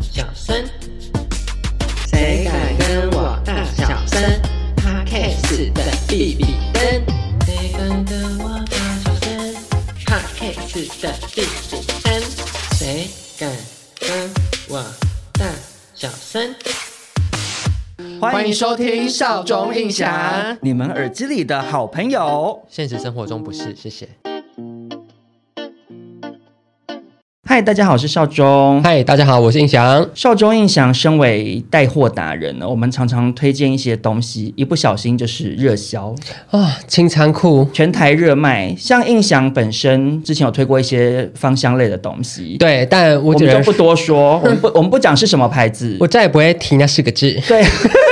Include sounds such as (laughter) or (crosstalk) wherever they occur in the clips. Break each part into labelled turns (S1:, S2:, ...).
S1: 小声？谁敢跟我大小声 p o d c 的比比登，谁敢跟我大小声 p o d c 的比比登，谁敢跟我大小声？
S2: 欢迎
S1: 收听
S2: 少
S1: 中印象
S2: 你们耳机里的好朋友。
S1: 现实生活中不是，谢谢。
S2: 嗨，大家好，我是少中。
S1: 嗨，大家好，我是印翔。
S2: 少中印象身为带货达人呢，我们常常推荐一些东西，一不小心就是热销，
S1: 啊，清仓库，
S2: 全台热卖。像印象本身之前有推过一些芳香类的东西，
S1: 对，但我
S2: 我
S1: 只
S2: 们就
S1: 能
S2: 不多 (laughs) 说，我们不我们不讲是什么牌子
S1: 我，再也不会提那四个字。
S2: 对。 (laughs)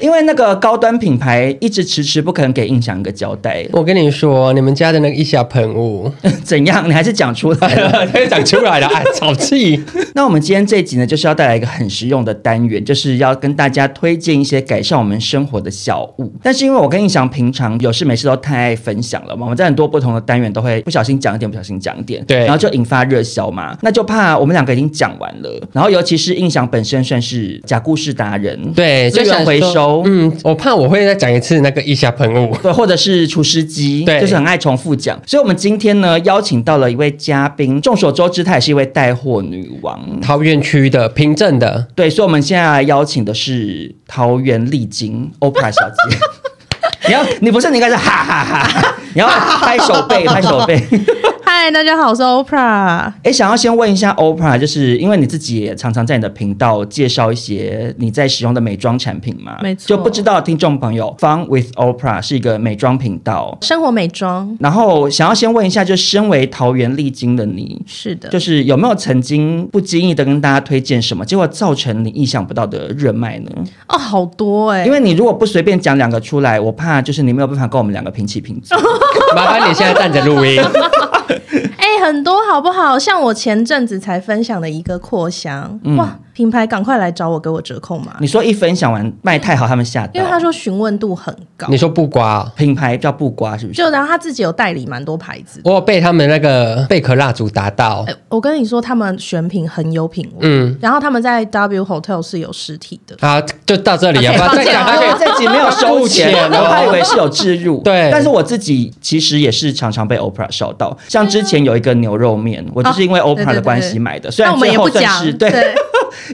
S2: 因为那个高端品牌一直迟迟不肯给印象一个交代，
S1: 我跟你说，你们家的那个腋下喷雾，
S2: 怎样？你还是讲出来
S1: (laughs)
S2: 了。
S1: 它长出来了， (laughs) 哎，草气。
S2: (laughs) 那我们今天这集呢，就是要带来一个很实用的单元，就是要跟大家推荐一些改善我们生活的小物。但是因为我跟印翔平常有事没事都太爱分享了嘛，我们在很多不同的单元都会不小心讲一点，不小心讲一点，
S1: 对
S2: 然后就引发热销嘛。那就怕我们两个已经讲完了，然后尤其是印翔本身算是假故事达人，
S1: 对，
S2: 资
S1: 就想
S2: 源回
S1: 说
S2: 收。
S1: 嗯，我怕我会再讲一次那个腋下喷雾。
S2: 对，或者是厨师机，
S1: 对
S2: 就是很爱重复讲。所以，我们今天呢，邀请到了一位嘉宾，众所周知，她也是一位带货女王。
S1: 桃园区的平镇的，
S2: 对，所以我们现在来邀请的是桃园丽晶 OPRA 小姐。 (laughs) 你要，你不是你应该是哈哈哈你要拍手背，拍手背。 (laughs)
S3: 嗨，大家好，我是 OPRA。
S2: 哎，想要先问一下 OPRA，就是因为你自己也常常在你的频道介绍一些你在使用的美妆产品嘛，
S3: 没错
S2: 就不知道听众朋友，Fun with OPRA 是一个美妆频道。
S3: 生活美妆
S2: 然后想要先问一下，就身为桃园丽晶的你，
S3: 是的，
S2: 就是有没有曾经不经意的跟大家推荐什么，结果造成你意想不到的热卖呢？
S3: 哦，好多哎、
S2: 因为你如果不随便讲两个出来，我怕就是你没有办法跟我们两个平起平坐。
S3: 哦
S1: 麻烦你现在站着录音。
S3: 哎、很多好不好？像我前阵子才分享的一个扩香，哇，品牌赶快来找我，给我折扣嘛，
S2: (laughs) 嗯你说一分享完卖太好，他们吓到。
S3: 因为他说询问度很高
S1: 你，说不刮哦、
S2: 品牌叫布瓜是不是？
S3: 就然后他自己有代理蛮多牌子的。
S1: 我有被他们那个贝壳蜡烛打到
S3: 哎、。我跟你说，他们选品很有品味，
S1: 嗯，
S3: 然后他们在 W Hotel 是有实体的。
S1: 好，就到这里啊，
S3: OK，
S1: 不然
S3: 抱
S1: 再
S3: 歉
S1: 讲下
S3: 哦
S2: (laughs)
S1: 去。
S2: 这集没有收钱，
S1: (laughs) 付钱哦
S2: 我还以为是有置入。
S1: (laughs) 对
S2: 但是我自己其实也是常常被 OPRA 烧到，像之前有一个牛肉面，我就是因为
S3: 对
S2: OPRA
S3: 哦对
S2: 的关
S3: 对
S2: 系买的，虽
S3: 那
S2: 然
S3: 我们
S2: 最
S3: 也
S2: 后
S3: 不
S2: 算
S3: 讲
S2: 是，对，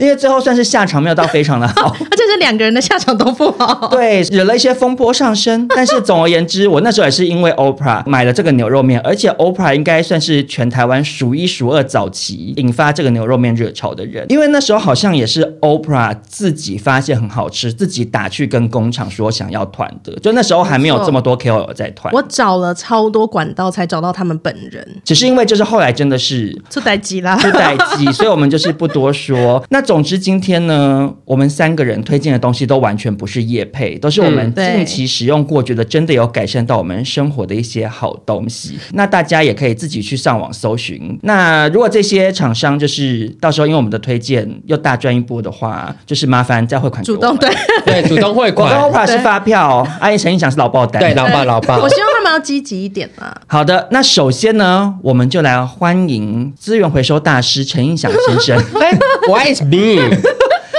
S2: 因为最后算是下场没有到非常的好。
S3: (laughs) 而且这两个人的下场都不好。
S2: 对，惹了一些风波上身。 (laughs) 但是总而言之，我那时候也是因为 OPRA 买了这个牛肉面，而且 OPRA 应该算是全台湾数一数二早期引发这个牛肉面热潮的人，因为那时候好像也是 OPRA 自己发现很好吃，自己打去跟工厂说想要团的，就那时候还没有这么多 KOL 在团。
S3: 我找了超多管道才找到他们本人，
S2: 只是因为就是后来真的是
S3: 出代机啦。
S2: 不待机，所以我们就是不多说。那总之今天呢，我们三个人推荐的东西都完全不是业配，都是我们
S3: 嗯对
S2: 近期使用过，觉得真的有改善到我们生活的一些好东西。那大家也可以自己去上网搜寻。那如果这些厂商就是到时候因为我们的推荐又大赚一波的话，就是麻烦再汇款给
S3: 主
S2: 我
S3: 动
S2: 们。
S3: 对，
S1: 对，主动汇
S2: 我跟
S1: 款。
S2: OPRA 是发票，阿姨陈印想是老爆单。
S1: 对，老爸，老爸
S3: 我。希望他们要积极一点啦。
S2: (laughs) 好的，那首先呢，我们就来欢迎资源回收大师陈印祥先
S3: (laughs)
S2: 生。
S1: 哎，Why is me？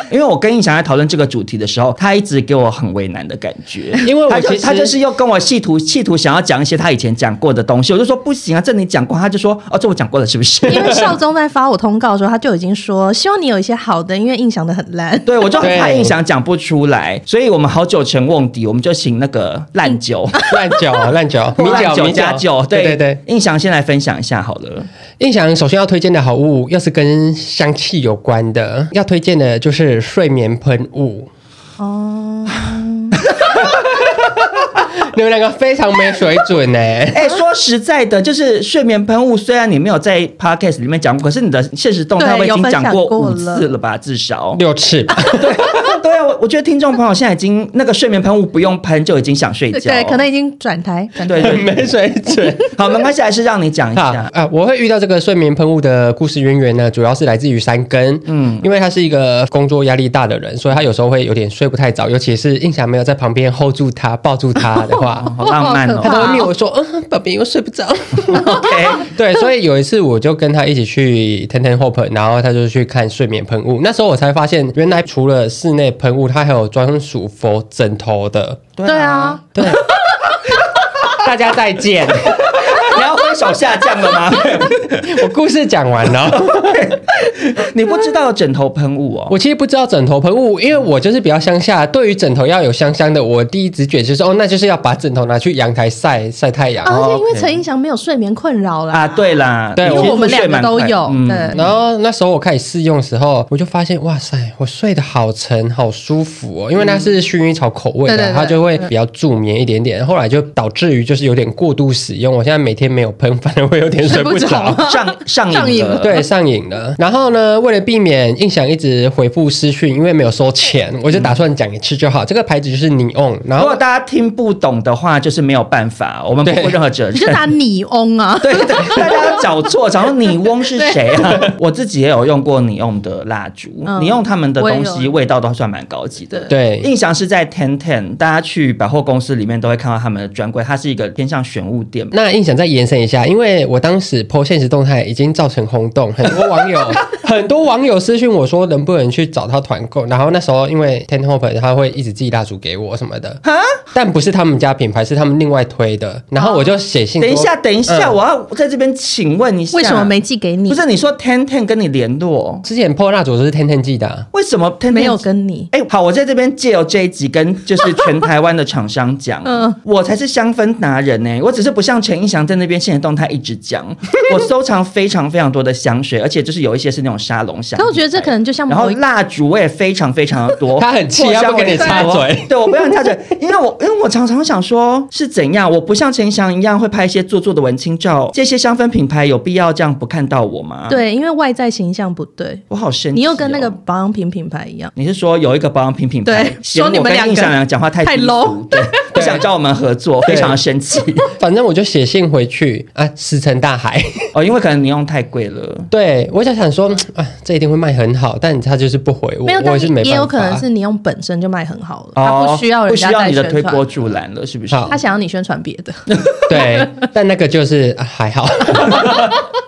S2: 因为我跟印翔在讨论这个主题的时候，他一直给我很为难的感觉。
S1: 因为
S2: 他
S1: 我
S2: 就
S1: 其
S2: 他就
S1: 实
S2: 是又跟我企图企图想要讲一些他以前讲过的东西，我就说不行啊，这你讲过，他就说哦，这我讲过了，是不是？
S3: 因为少宗在发我通告的时候，他就已经说希望你有一些好的，因为印象的很烂。
S2: (laughs) 对，我就很怕
S1: 对
S2: 印象讲不出来，所以我们好久成瓮底，我们就请那个烂酒、
S1: 烂酒，
S4: 啊
S1: 烂酒，米
S2: (laughs) 烂
S1: 酒，
S2: 酒
S1: 嗯米
S2: 加酒，
S1: 对对对。，
S2: 印象先来分享一下好了，
S1: 印象首先要推荐的好物，要是跟香气有关的，要推荐
S2: (laughs)
S1: 的就是睡眠喷雾。
S3: 哦，
S4: 你们两个非常没水准呢、
S2: 哎、说实在的，就是睡眠喷雾，虽然你没有在 podcast 里面讲过，可是你的现实动态
S3: 对
S2: 我已
S3: 有
S2: 经
S3: 分
S2: 讲
S3: 享
S2: 过
S3: 过
S2: 五
S3: 了
S2: 次了吧，至少。
S4: 六次吧，
S2: (laughs) 对啊，我我觉得听众朋友现在已经那个睡眠喷雾不用喷就已经想睡觉，
S3: 对，可能已经转台，转台
S2: 对对对
S4: (laughs) 没水准。
S2: 好，没关系，还是让你讲一
S4: 好
S2: 下。
S4: 啊，我会遇到这个睡眠喷雾的故事渊源呢，主要是来自于三根。嗯，因为他是一个工作压力大的人，所以他有时候会有点睡不太着，尤其是印象没有在旁边 hold 住他、抱住他的话，
S2: 好浪漫
S4: 他
S2: 哦
S3: 好可啊
S4: 都会灭我说：“嗯，宝贝，我睡不着。
S3: (laughs)
S2: ，OK，”
S4: 对，所以有一次我就跟他一起去 Ten Ten Hope，然后他就去看睡眠喷雾。那时候我才发现，原来除了室内喷雾，它还有专属佛枕头的。
S3: 对，啊，
S4: 对，大家再见。
S2: 你要挥手下降了
S3: (laughs)
S2: 吗？
S4: 我故事讲完了。
S2: 你不知道枕头喷雾哦，
S4: 我其实不知道枕头喷雾，因为我就是比较乡下，对于枕头要有香香的，我第一直觉就是哦，那就是要把枕头拿去阳台晒晒太阳。
S3: 啊而且因为陈映祥没有睡眠困扰啦，
S2: 哦啊，对啦，
S4: 对
S2: 你
S3: 因
S2: 其
S3: 为
S2: 实
S3: 我们
S2: 入睡
S3: 两个
S2: 蛮
S3: 都
S2: 快
S3: 有，
S2: 嗯
S3: 对，
S4: 然后那时候我开始试用的时候，我就发现哇塞，我睡得好沉，好舒服哦，因为它是薰衣草口味的，
S3: 嗯对对对
S4: 它就会比较助眠一点点。后来就导致于就是有点过度使用，我现在每天没有喷，反而会有点睡不着。
S3: (laughs)
S2: 上上
S3: 上
S2: 瘾
S3: 瘾
S2: 了，
S3: 了
S4: (laughs) 对，上瘾了。然后呢，为了避免印象一直回复私讯，因为没有收钱，我就打算讲一次就好。这个牌子就是 Neon，然
S2: 如
S4: 后
S2: 果大家听不懂的话，就是没有办法，我们不负任何责任，
S3: 你。就打你翁啊
S2: 对对，大家找错，找到你翁是谁啊？ (laughs) 我自己也有用过你用的蜡烛，
S3: 嗯
S2: 你用他们的东
S3: 我也
S2: 西
S3: 有
S2: 味道都算蛮高级的。
S4: 对
S2: 印象是在 Ten Ten，大家去百货公司里面都会看到他们的专柜，它是一个偏向玄物店。
S4: 那印象再延伸一下，因为我当时 po 现实动态已经造成轰动，很多网友
S3: (laughs)
S4: 很多网友私讯我说能不能去找他团购，然后那时候因为 Ten Hope 他会一直寄蜡烛给我什么的，但不是他们家品牌，是他们另外推的，然后我就写信、
S2: 等一下，，等一下，
S4: 嗯
S2: 我要在这边请问一下，
S3: (laughs) 为什么没？寄给你
S2: 不？是你说 Ten Ten 跟你联络，
S4: 之前 po 蜡烛都是 Ten Ten 寄的啊、
S2: 为什么 Ten Ten
S3: 没有跟你
S2: 哎、好，我在这边借由这一集跟就是全台湾的厂商讲，
S3: 嗯
S2: (laughs) 我才是香氛达人呢、我只是不像陈映祥在那边现在动态一直
S3: (laughs)
S2: 讲，我收藏非常非常多的香水，而且就是有一些是那种沙龙香。
S3: 可我觉得这可能就像
S2: 然后
S3: 某一
S2: 蜡烛我也非常非常的多，
S4: 他很气
S2: 扩香
S4: 他不跟你插
S2: 我也很
S4: 嘴
S2: 多对我不让你插嘴，因为我因为我常常想说是怎样，我不像陈翔一样会拍一些做作的文青照，这些香氛品牌有必要这样不看到我吗？，
S3: 对，因为外在形象不对，
S2: 我好生气、哦
S3: 你又跟那个。保养品品牌一样，
S2: 你是说有一个保养品品牌
S3: 对
S2: 嫌
S3: 说你
S2: 我
S3: 们
S2: 跟
S3: 两
S2: 印
S3: 个
S2: 象良讲话太
S3: 太
S2: 低俗
S3: low (laughs)
S2: 对，不想找我们合作，非常的生气
S4: 反正我就写信回去啊，石沉大海。 (laughs)
S2: 哦，因为可能你用太贵了。
S4: 对我就想说嗯啊，这一定会卖很好，但他就是不回我，
S3: 没有，
S4: 我
S3: 但
S4: 也是没办法。
S3: 也有可能是你用本身就卖很好了，他
S2: 哦，
S3: 不需要人
S2: 不需
S3: 家
S2: 要
S3: 再
S2: 你的推
S3: 宣
S2: 波
S3: 传，
S2: 助澜了，是不是？
S4: 好
S3: 他想要你宣传别的。
S4: 对，但那个就是、啊、还好。 (laughs)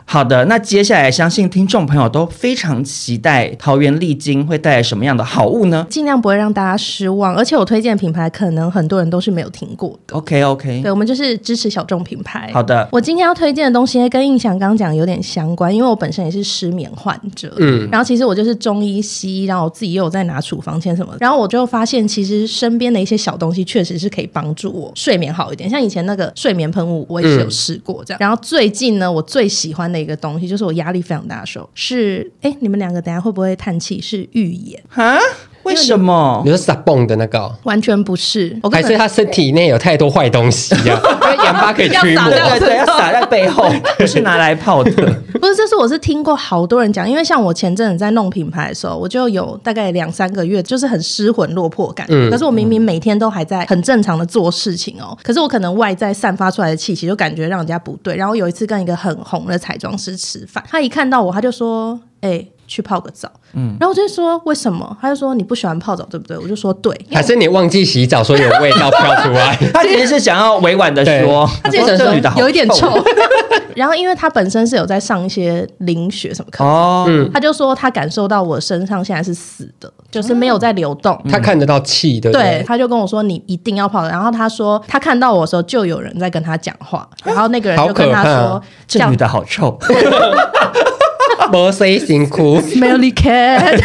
S2: 好的，那接下来相信听众朋友都非常期待桃园丽晶会带来什么样的好物呢
S3: 尽量不会让大家失望。而且我推荐的品牌，可能很多人都是没有听过的。
S2: ？OK OK，
S3: 对，我们就是支持小众品牌。
S2: 好
S4: (laughs)
S2: 的
S3: 我今天要推荐的东西跟印象刚刚讲有点相关，因为我本身也是失眠患者。嗯，然后其实我就是中医、西医，然后我自己又有在拿处方签什么的，然后我就发现其实身边的一些小东西确实是可以帮助我睡眠好一点。像以前那个睡眠喷雾，我也是有试过
S4: 嗯
S3: 这样。然后最近呢，我最喜欢的一个东西就是我压力非常大的时候是，哎，你们两个等一下会不会叹气？是预言。
S2: 哈，为什么
S4: 你？说撒蹦的那个哦、
S3: 完全不是，我根
S4: 还
S3: 本
S4: 是他身体内有太多坏东西啊？
S3: (laughs)
S4: 因为盐巴可以驱
S3: 要
S4: 魔
S3: 撒。
S2: 对对对，要撒在背
S3: (laughs)
S2: 后，不是拿来泡的。
S3: 不是，这是我是听过好多人讲，因为像我前阵子在弄品牌的时候，我就有大概两三个月就是很失魂落魄感。可是我明明每天都还在很正常的做事情哦，可是我可能外在散发出来的气息就感觉让人家不对。然后有一次跟一个很红的彩妆师吃饭，他一看到我，他就说：“哎、去泡个澡。”嗯，然后我就说：“为什么？”他就说：“你不喜欢泡澡，对不对？”我就说：“对。”
S4: 还是你忘记洗澡，所以有味道飘出来？
S2: 他其实是想要委婉的说，
S3: (laughs) 他只是
S2: 说
S3: 想
S2: 这女的
S3: 说
S2: 好
S3: 有一点臭， (laughs) 然后因为他本身是有在上一些灵学什么课，
S2: 哦，
S3: 他就说他感受到我身上现在是死的，就是没有在流动。
S2: 嗯
S4: 他看得到气，对不
S3: 对
S4: 嗯对，？
S3: 他就跟我说你一定要泡。然后他说他看到我的时候，就有人在跟他讲话，然后那个人
S4: 好
S3: 就跟他
S4: 可怕啊
S3: 说
S2: 这
S3: 叫
S2: 女的好臭。
S4: 摩西辛苦， (laughs)
S3: Smelly Cat，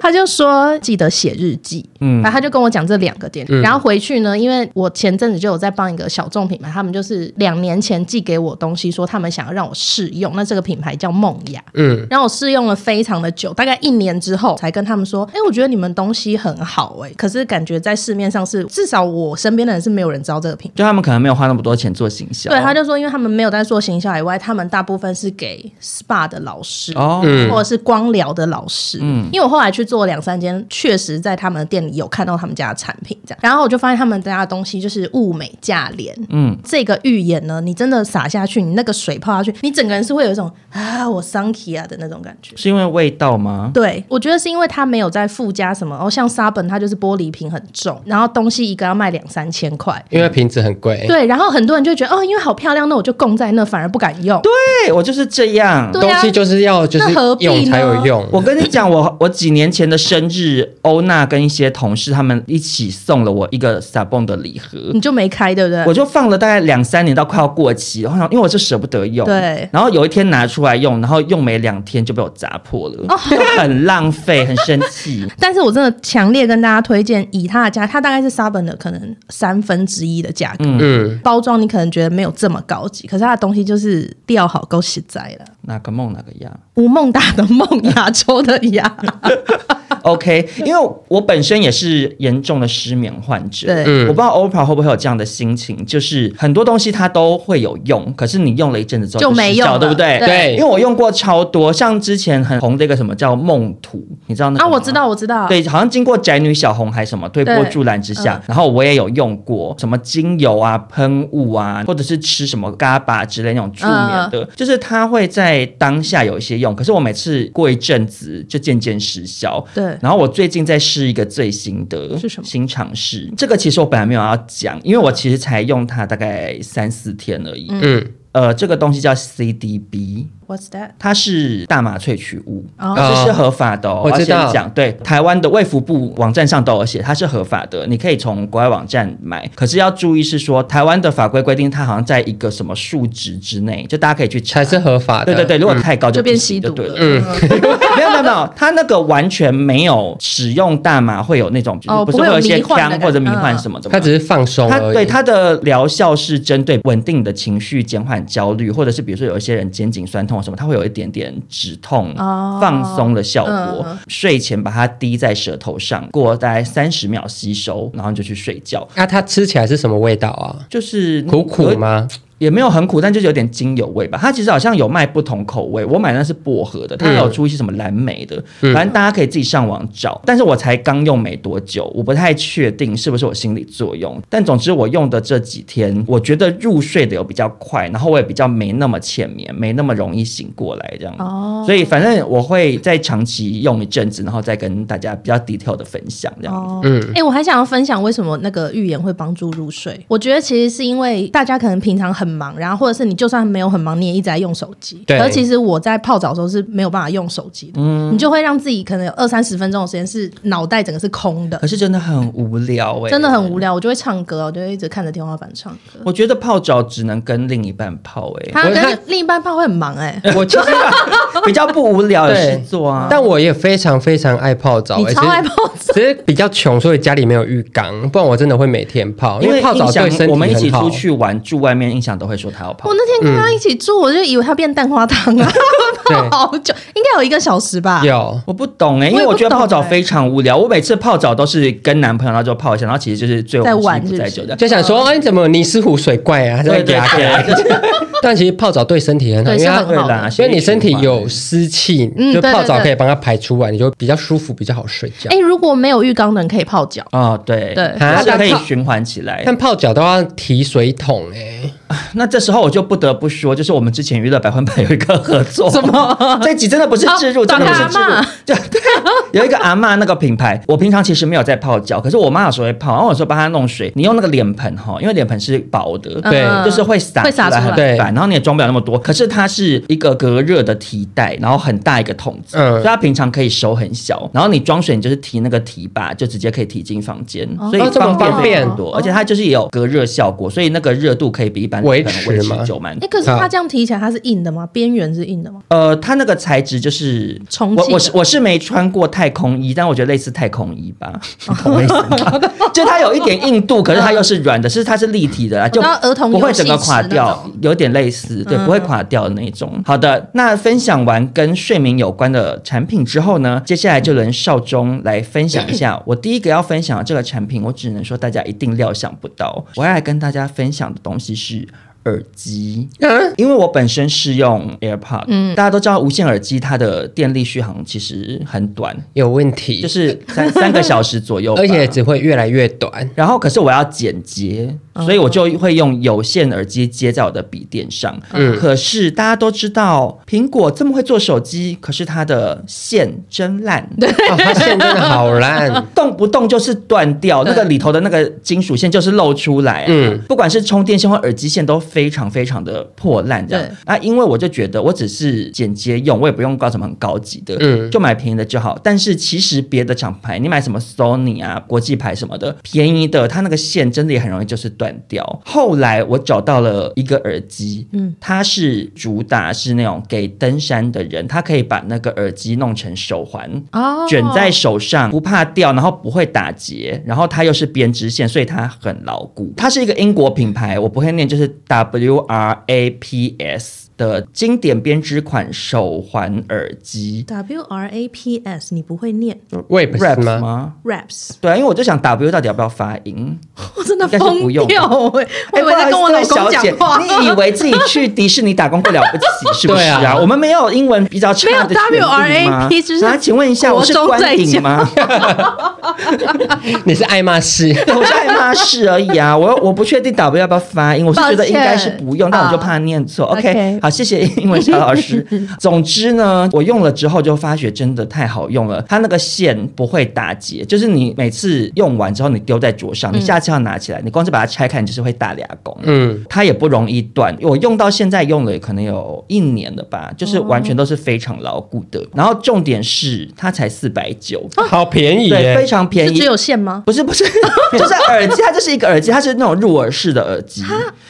S3: 他就说记得写日记。
S2: 嗯
S3: 嗯，反正他就跟我讲这两个点，
S4: 嗯
S3: 然后回去呢，因为我前阵子就有在帮一个小众品牌，他们就是两年前寄给我东西，说他们想要让我试用，那这个品牌叫梦雅，
S4: 嗯，
S3: 然后我试用了非常的久，大概一年之后才跟他们说，哎、我觉得你们东西很好、哎，可是感觉在市面上是至少我身边的人是没有人知道这个品牌。
S2: 就他们可能没有花那么多钱做行销。
S4: 哦
S3: 对，他就说，因为他们没有在做行销以外，他们大部分是给 SPA 的老师，
S2: 哦，
S3: 或者是光疗的老师。嗯，因为我后来去做两三间，确实在他们的店里有看到他们家的产品，这样。然后我就发现他们家的东西就是物美价廉。
S2: 嗯
S3: 嗯，这个浴盐呢，你真的撒下去，你那个水泡下去，你整个人是会有一种啊，我桑 k 啊的那种感觉。
S2: 是因为味道吗？
S3: 对，我觉得是因为它没有在附加什么哦，像沙本它就是玻璃瓶很重，然后东西一个要卖两三千块，
S4: 因为瓶子很贵，
S3: 对，然后很多人就觉得哦，因为好漂亮，那我就供在那，反而不敢用。
S2: 对我就是这样。
S3: 对
S4: 东
S3: 啊
S4: 西就是要就是
S3: 那何必呢
S4: 用才有用。
S2: 我跟你讲，我我几年前的生日，欧娜跟一些同事他们一起送了我一个 Sabon 的礼盒，
S3: 你就没开，对不对？
S2: 我就放了大概两三年到快要过期，然后因为我就舍不得用，
S3: 对
S2: 然后有一天拿出来用，然后用没两天就被我砸破了，就很浪费，很生气。 (laughs)
S3: 但是我真的强烈跟大家推荐，以它的价，它大概是沙本的可能三分之一的价格。
S4: 嗯，
S3: 包装你可能觉得没有这么高级，可是它的东西就是料好够实在了。
S2: 哪个梦哪个样
S3: 吴孟达的梦，亚洲的亚，
S2: (laughs) ？OK，因为我本身也是严重的失眠患者，
S3: 对
S4: 嗯
S2: 我不知道 OPRA 会不会有这样的心情，就是很多东西它都会有用，可是你用了一阵子之后
S3: 就没
S2: 失
S3: 用
S2: 效
S3: 了
S2: 对不对？
S3: 对
S2: 因为，
S4: 对
S2: 我用过超多，像之前很红的一个什么叫梦图，你知道那个
S3: 啊，
S2: 吗
S3: 我知道，我知道，
S2: 对，好像经过宅女小红还什么推波
S3: 对嗯
S2: 助澜之下，然后我也有用过什么精油啊、喷雾啊，或者是吃什么嘎巴之类那种助眠
S3: 嗯
S2: 的，就是它会在当下有一些用，可是我每次过一阵子就渐渐失效。
S3: 对
S2: 然后我最近在试一个最新的
S3: 呃是什么
S2: 新尝试，这个其实我本来没有要讲，因为我其实才用它大概三四天而已。
S4: 嗯，
S2: 呃，这个东西叫 CDB。
S3: What's that？
S2: 它是大麻萃取物，
S3: 哦
S2: 这是合法的、哦。
S4: 我
S2: 要
S4: 知道
S2: 先讲，对台湾的卫福部网站上都有写，它是合法的，你可以从国外网站买。可是要注意是说，台湾的法规规定，它好像在一个什么数值之内，就大家可以去查
S4: 才。是合法的。嗯
S2: 对对对，如果太高就
S3: 就
S2: 不
S3: 变
S2: 行
S3: 吸毒
S2: 就对嗯
S3: 了。
S2: 了。没有没有没有，它那个完全没有使用大麻会有那种，就是
S3: 哦
S2: 不是
S3: 不会有
S2: 有一些
S3: 迷幻的
S2: 枪
S3: 感觉
S2: 或者迷幻什么的吗？
S4: 它只是放松
S2: 它
S4: 而已。
S2: 对它的疗效是针对稳定的情绪、减缓焦虑，或者是比如说有一些人肩颈酸痛什么，它会有一点点止痛、
S3: 哦
S2: 放松的效果。
S3: 嗯
S2: 睡前把它滴在舌头上，过大概三十秒吸收，然后你就去睡觉。
S4: 啊，它吃起来是什么味道啊？
S2: 就是
S4: 苦苦
S2: 有
S4: 吗？
S2: 也没有很苦，但就是有点精油味吧。它其实好像有卖不同口味，我买那是薄荷
S3: 嗯
S2: 的，它还有出一些什么蓝莓的，反正大家可以自己上网找。但是我才刚用没多久，我不太确定是不是我心理作用。但总之我用的这几天，我觉得入睡的有比较快，然后我也比较没那么浅眠，没那么容易醒过来这样。
S3: 哦
S2: 所以反正我会再长期用一阵子，然后再跟大家比较 detail 的分享这样。
S3: 哦，
S4: 嗯
S3: 哎、我还想要分享为什么那个预言会帮助入睡。我觉得其实是因为大家可能平常很忙，然后或者是你就算没有很忙，你也一直在用手机。
S4: 对嗯
S3: 而其实我在泡澡的时候是没有办法用手机的，你就会让自己可能有二三十分钟的时间是脑袋整个是空的
S2: 可，是真的很无聊哎、
S3: 真的很无聊。我就会唱歌，我就会一直看着天花板唱歌。
S2: 我觉得泡澡只能跟另一半泡哎、
S3: 他
S4: 我
S3: 跟
S4: 看
S3: 另一半泡会很忙哎、
S4: 我其实，
S2: 比较不无聊，有
S4: 对
S2: 事做啊。
S4: 但我也非常非常爱泡澡，
S3: 你
S4: 欸
S3: 超爱泡
S4: (laughs)
S3: 澡。
S4: 只是只是比较穷，所以家里没有浴缸，不然我真的会每天泡，因为泡澡
S2: 印象
S4: 对身体
S2: 我们一起
S4: 很好
S2: 出。去玩，住外面，印象都会说他要泡
S3: 我。那天跟
S4: 嗯
S3: 他一起住，我就以为他变蛋花汤啊， (laughs) 泡好久，应该有一个小时
S2: 啊
S3: 吧。
S4: 有，
S2: 我不懂哎、因为
S3: 我
S2: 我
S3: 也不
S2: 觉得
S3: 懂
S2: 泡澡
S3: 欸
S2: 非常无聊。我每次泡澡都是跟男朋友，然后就泡一下，然后其实就是醉
S3: 在
S2: 翁
S3: 玩
S2: 之意不
S3: 是不
S2: 在
S3: 是
S2: 酒的。
S4: 就想说，哎，怎么你是湖水怪啊？在
S2: 对对
S4: 那边给它
S2: 对，就是
S4: (laughs) 但其实泡澡对身体很好，
S3: 对
S4: 因为
S3: 是
S4: 它
S3: 很
S2: 对
S3: 好
S2: 啦，
S4: 因为你身体有湿气，
S3: 嗯
S4: 就
S3: 对
S4: 泡
S3: 对
S4: 澡
S3: 对
S4: 可以帮它排出来，你就比较舒服，比较好睡觉
S3: 哎、。如果没有浴缸的人可以泡脚，
S2: 哦，对
S3: 对
S2: 它是
S4: 啊
S2: 可以
S4: 但泡
S2: 循环起来。
S4: 但泡脚都要提水桶哎、
S2: 那这时候我就不得不说，就是我们之前娱乐百分百有一个合作，
S3: (laughs)
S2: 什么？ (laughs) 这集真的不是置入，
S3: 哦
S2: 真的不是置
S3: 短
S2: 入
S3: 阿嬷，
S2: 就 (laughs) 对，有一个阿嬷那个品牌，我平常其实没有在泡脚，可是我妈有时候会泡，然后我说帮她弄水，你用那个脸盆哈，因为脸盆是薄的，
S3: 对
S2: 就是会洒
S3: 会洒
S2: 出来
S3: 出来
S2: 很
S4: 对
S2: 烦。满，然后你也装不了那么多。可是它是一个隔热的提袋，然后很大一个桶子，
S4: 嗯
S2: 所以它平常可以手很小。然后你装水，你就是提那个提把，就直接可以提进房间，
S3: 哦
S2: 所以
S4: 哦这么
S2: 方
S4: 方
S2: 便
S4: 便
S2: 很多。而且它就是也有隔热效果，所以那个热度可以比一般
S4: 维
S2: 可能
S4: 持
S2: 维持
S4: 吗
S2: 久蛮
S3: (laughs) 哎、可是它这样提起来，它是硬的吗？边缘是硬的吗？
S2: 呃，它那个材质就是
S3: 重
S2: 我
S3: 庆
S2: 我
S3: 的
S2: 是我是没穿过太空衣，但我觉得类似太空衣吧，你懂我意思吗？就它有一点硬度，可是它又是软的，是它是立体的啦，就
S3: 知道儿童
S2: 不会
S3: 游戏
S2: 整个垮
S3: 池那
S2: 掉
S3: 种，
S2: 有点类似，对，不会垮掉的那一种。好的，那分享完跟睡眠有关的产品之后呢，接下来就轮少中来分享一下。我第一个要分享的这个产品，我只能说大家一定料想不到，我要来跟大家分享的东西是耳机。
S4: 嗯，
S2: 因为我本身是用 AirPod，大家都知道无线耳机它的电力续航其实很短，
S4: 有问题，
S2: 就是三三个小时左右吧，(laughs)
S4: (laughs) 而且只会越来越
S3: (laughs)
S4: 短。
S2: 然后可是我要剪接，所以我就会用有线耳机接在我的笔电上。嗯，可是大家都知道苹果这么会做手机，可是它的线真烂，，
S4: 哦，它线真的好烂
S2: 动不动就是断掉，那个里头的那个金属线就是露出来、嗯
S4: 嗯，
S2: 不管是充电线或耳机线都非常非常的破烂这样
S3: 对。
S2: 啊，因为我就觉得我只是剪接用，我也不用搞什么很高级的，嗯，
S4: 嗯
S2: 就买便宜的就好。但是其实别的厂牌，你买什么 Sony 啊、国际牌什么的，便宜的它那个线真的也很容易就是断掉。后来我找到了一个耳机，嗯，它是主打是那种给登山的人，它可以把那个耳机弄成手环，
S3: 哦
S2: 卷在手上，不怕掉，然后不会打结，然后它又是编织线，所以它很牢固。它是一个英国品牌，我不会念，就是 W R A P S 的经典编织款手环耳机
S3: W R A P S，你不会念
S4: Web 是
S2: ，Wrap
S4: 吗？
S2: 吗？ (laughs)
S3: raps，
S2: 对啊，因为我就想 W 到底要不要发音？
S3: 我真的
S2: 应该是
S3: 疯
S2: 不用吧
S3: 掉哎、我
S2: 哎
S3: 以为在跟我
S2: 不好
S3: 老
S2: 意思
S3: 公
S2: 小
S3: 讲
S2: 姐
S3: 话，
S2: 你以为自己去迪士尼打工不了不起是不是
S3: (laughs)
S4: 对
S2: 啊？
S4: 啊
S2: 我们没有英文比较差的
S3: 没有
S2: 权利吗
S3: WRAP 就是
S2: 啊，请问一下，我是
S3: 国中
S2: 关
S3: 在
S2: 顶
S3: 讲
S2: 吗？
S4: 你是爱骂师？
S2: (laughs) 对我是爱骂事而已啊，我我不确定 W 要不要发音，我是觉得
S3: 抱歉
S2: 应该是不用，但我就
S3: 啊
S2: 怕念错。OK，
S3: OK
S2: 好，谢谢英文小老
S3: (laughs)
S2: 师。总之呢，我用了之后就发觉真的太好用了，它那个线不会打结，就是你每次用完之后你丢在桌
S3: 嗯
S2: 上，你下次要拿起来，你光是把它拆开，你就是会大俩工。
S4: 嗯，
S2: 它也不容易断。我用到现在用了可能有一年了吧，就是
S3: 哦
S2: 完全都是非常牢固的。然后重点是它才四百九，
S4: 好便宜
S2: 对，非
S4: 耶！
S2: 常便
S3: 是
S2: 宜，
S3: (laughs) 只有线吗？
S2: 不是不是， (laughs) 就是耳机，它就是一个耳机，它是那种入耳式的耳机。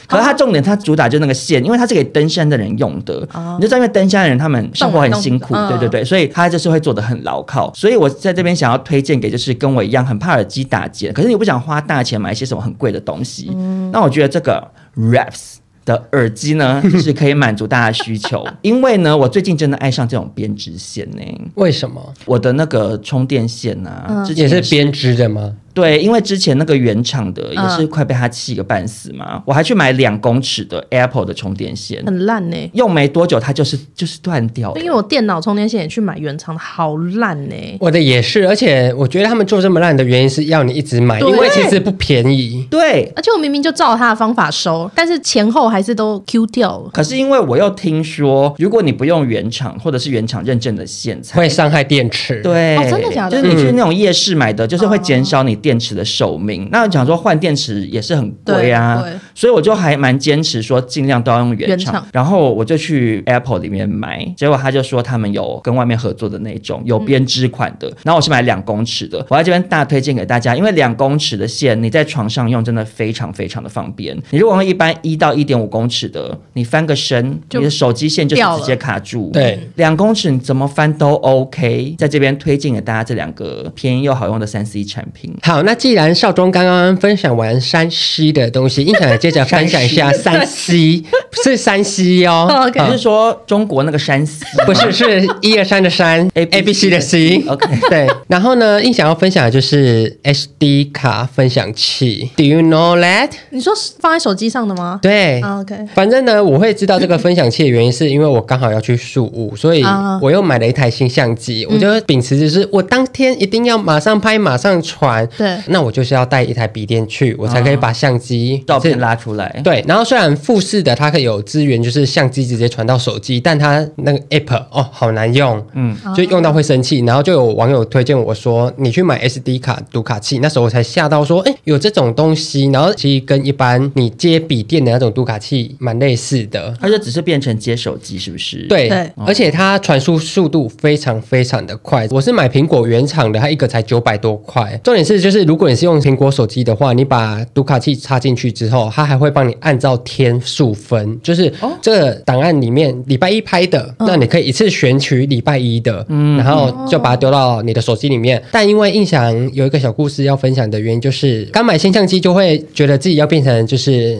S2: 可是它重点，它主打就是那个线，因为它是给登山的人用的。
S3: 哦
S2: 你就知道，因为登山的人他们生活很辛苦，
S3: 动啊
S2: 对
S3: 动
S2: 对对，所以它就是会做的很牢靠。所以我在这边想要推荐给就是跟我一样很怕耳机打结，可是你不想花大钱买一些什么很贵的东西，
S3: 嗯
S2: 那我觉得这个 Raps。的耳机呢 (laughs) 是可以满足大家的需求，因为呢，我最近真的爱上这种编织线呢、
S4: 为什么？
S2: 我的那个充电线啊，
S3: 嗯
S2: 之前
S4: 也是编织的吗？
S2: 对，因为之前那个原厂的也
S3: 嗯
S2: 是快被他气个半死嘛，我还去买两公尺的 Apple 的充电线，
S3: 很烂呢、
S2: 用没多久它就是就是断掉了。
S3: 因为我电脑充电线也去买原厂的，好烂欸呢、
S4: 我的也是，而且我觉得他们做这么烂的原因是要你一直买，因
S3: 对
S4: 为其实不便宜。
S2: 对，
S3: 而且我明明就照他的方法收，但是前后还是都 Q 掉
S2: (laughs)
S3: 了。
S2: 可是因为我又听说，如果你不用原厂或者是原厂认证的线材。
S4: 会伤害电池。，
S2: 对、
S3: 哦真的假的
S2: 就是你去那种夜市买的，就是会减少你电池的寿命。那我想说换电池也是很贵啊
S3: 对对，
S2: 所以我就还蛮坚持说尽量都要用原
S3: 原
S2: 厂
S3: 厂。
S2: 然后我就去 Apple 里面买，结果他就说他们有跟外面合作的那种
S3: 嗯
S2: 有编织款的，然后我是买两公尺的，我在这边大推荐给大家，因为两公尺的线你在床上用真的非常非常的方便。你如果用一般一到一点五公尺的，你翻个身，
S3: 就
S2: 你的手机线就是
S3: 掉
S2: 直接
S3: 了
S2: 卡住。
S4: 对，
S2: 两公尺你怎么翻都 OK。在这边推荐给大家这两个便宜又好用的三 C 产品。
S4: 好，那既然少中刚刚分享完山西的东西，印象也接着分享一下 (laughs) 山西，是山西哦，
S3: OK
S2: 你是说中国那个山西？
S4: 不是是一二三的山
S2: A
S4: (laughs) ，A B C 的 (laughs) C。
S2: OK，
S4: 对，然后呢，印象要分享的就是 SD 卡分享器，Do you know that？
S3: 你说是放在手机上的吗？
S4: 对、
S3: 啊，OK
S4: 反正呢，我会知道这个分享器的原因，是因为我刚好要去宿务，所以
S3: 啊嗯
S4: 我又买了一台新相机。我就秉持就是我当天一定要马上拍，马上传。
S3: 对
S4: 那我就是要带一台笔电去，我才可以把相机
S2: 照片拉出来。
S4: 对，然后虽然富士的它可以有资源，就是相机直接传到手机，但它那个 app 哦好难用，嗯，就用到会生气。然后就有网友推荐我说，你去买 SD 卡读卡器，那时候我才吓到说，哎，有这种东西。然后其实跟一般你接笔电的那种读卡器蛮类似的。
S2: 而且只是变成接手机，是不是？
S4: 对，
S3: 对
S4: 而且它传输速度非常非常的快。我是买苹果原厂的，它一个才九百多块。重点是，就是如果你是用苹果手机的话，你把读卡器插进去之后，它还会帮你按照天数分，就是这个档案里面礼拜一拍的，那你可以一次选取礼拜一的，然后就把它丢到你的手机里面。但因为印象有一个小故事要分享的原因，就是刚买新相机就会觉得自己要变成就是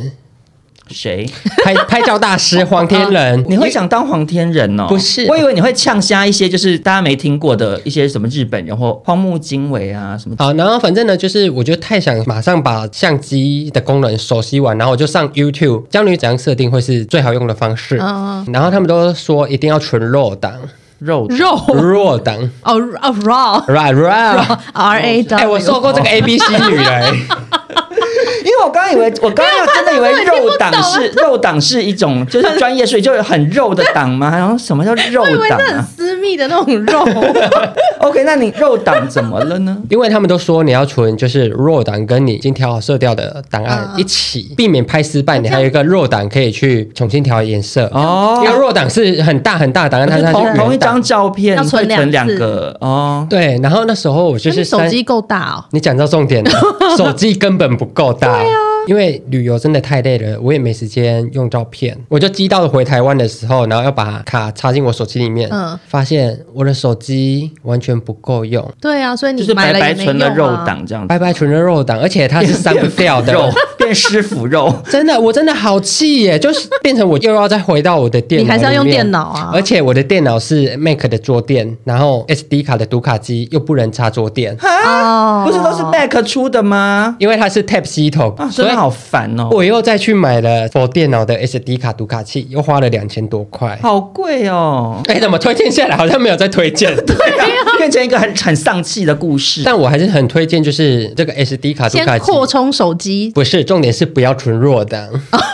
S2: 谁？
S4: 拍 (laughs) 拍照大师黄天人，
S2: 你会想当黄天人哦？
S4: 不是
S2: 我以为你会呛瞎一些，就是大家没听过的一些什么日本人或荒木经惟啊什么。
S4: 好，然后反正呢，就是我就太想马上把相机的功能熟悉完，然后我就上 YouTube 教你怎样设定会是最好用的方式。
S3: 嗯
S4: 然后他们都说一定要纯 RAW 档
S2: (laughs) 肉
S3: 肉
S4: ，RAW 档
S3: 哦哦
S2: (laughs)
S3: raw
S4: ，RAW RAW。
S3: R A 的，
S4: 哎、我受过这个 A B C 女人，
S2: 因为我刚刚以为，我刚刚真的以为肉党是肉党是一种就是专业术语，就是很肉的党吗？然后什么叫肉
S3: 我以为
S2: 党
S3: 那很
S2: 啊
S3: 私密的那种
S2: (laughs)
S3: 肉，
S2: ？OK，那你肉党怎么了 (laughs) 呢？
S4: 因为他们都说你要存就是 RAW 档跟你已经调好色调的档案一起，避免拍失败。你还有一个 RAW 档可以去重新调颜色
S2: 哦
S4: 因为 RAW 档是很大很大的档案，它
S2: 可
S4: 是
S2: 是
S4: 它
S2: 同
S4: 是原
S2: 同一
S4: 档
S2: 张照片
S3: 要
S2: 会
S3: 存
S2: 存两
S3: 两次
S2: 个哦。
S4: 对，然后那时候我就
S3: 那
S4: 是
S3: 你手
S4: 删
S3: 机够大哦。
S4: 你讲到重
S3: (laughs)
S4: 点了，手机根本不够大。
S3: 啊
S4: 因为旅游真的太累了，我也没时间用照片，我就寄到回台湾的时候，然后要把卡插进我手机里面，
S3: 嗯
S4: 发现我的手机完全不够用，
S3: 对啊，所以
S2: 就
S3: 你
S2: 是
S3: 买
S2: 白
S3: 了
S2: 白
S3: 也没
S2: 存了
S3: 用
S2: 肉
S3: 啊
S2: 党这样子，
S4: 白白纯的肉档，而且它是删不掉的。
S2: (laughs) 肉变师傅肉，
S4: 真的，我真的好气耶！就是变成我又要再回到我的电脑，
S3: 你还是要用电脑啊
S4: 而且我的电脑是 Mac 的桌垫，然后 SD 卡的读卡机又不能插桌垫，
S3: (laughs) 哦，
S2: (laughs) 不是都是 Mac 出的吗？
S4: 因为它是 Type C 头，
S2: 啊，真
S4: 所以
S2: 的好烦哦，
S4: 我又再去买了我电脑的 SD 卡读卡器，又花了两千多块。
S2: 好贵哦，
S4: 哎，怎么推荐下来好像没有在推荐？
S3: 啊
S2: (laughs) 变成一个很很丧气的故事。
S4: 但我还是很推荐，就是这个 SD 卡读卡
S3: 先
S4: 器。
S3: 扩充手机，
S4: 不是，重点是不要纯弱的，
S2: (laughs)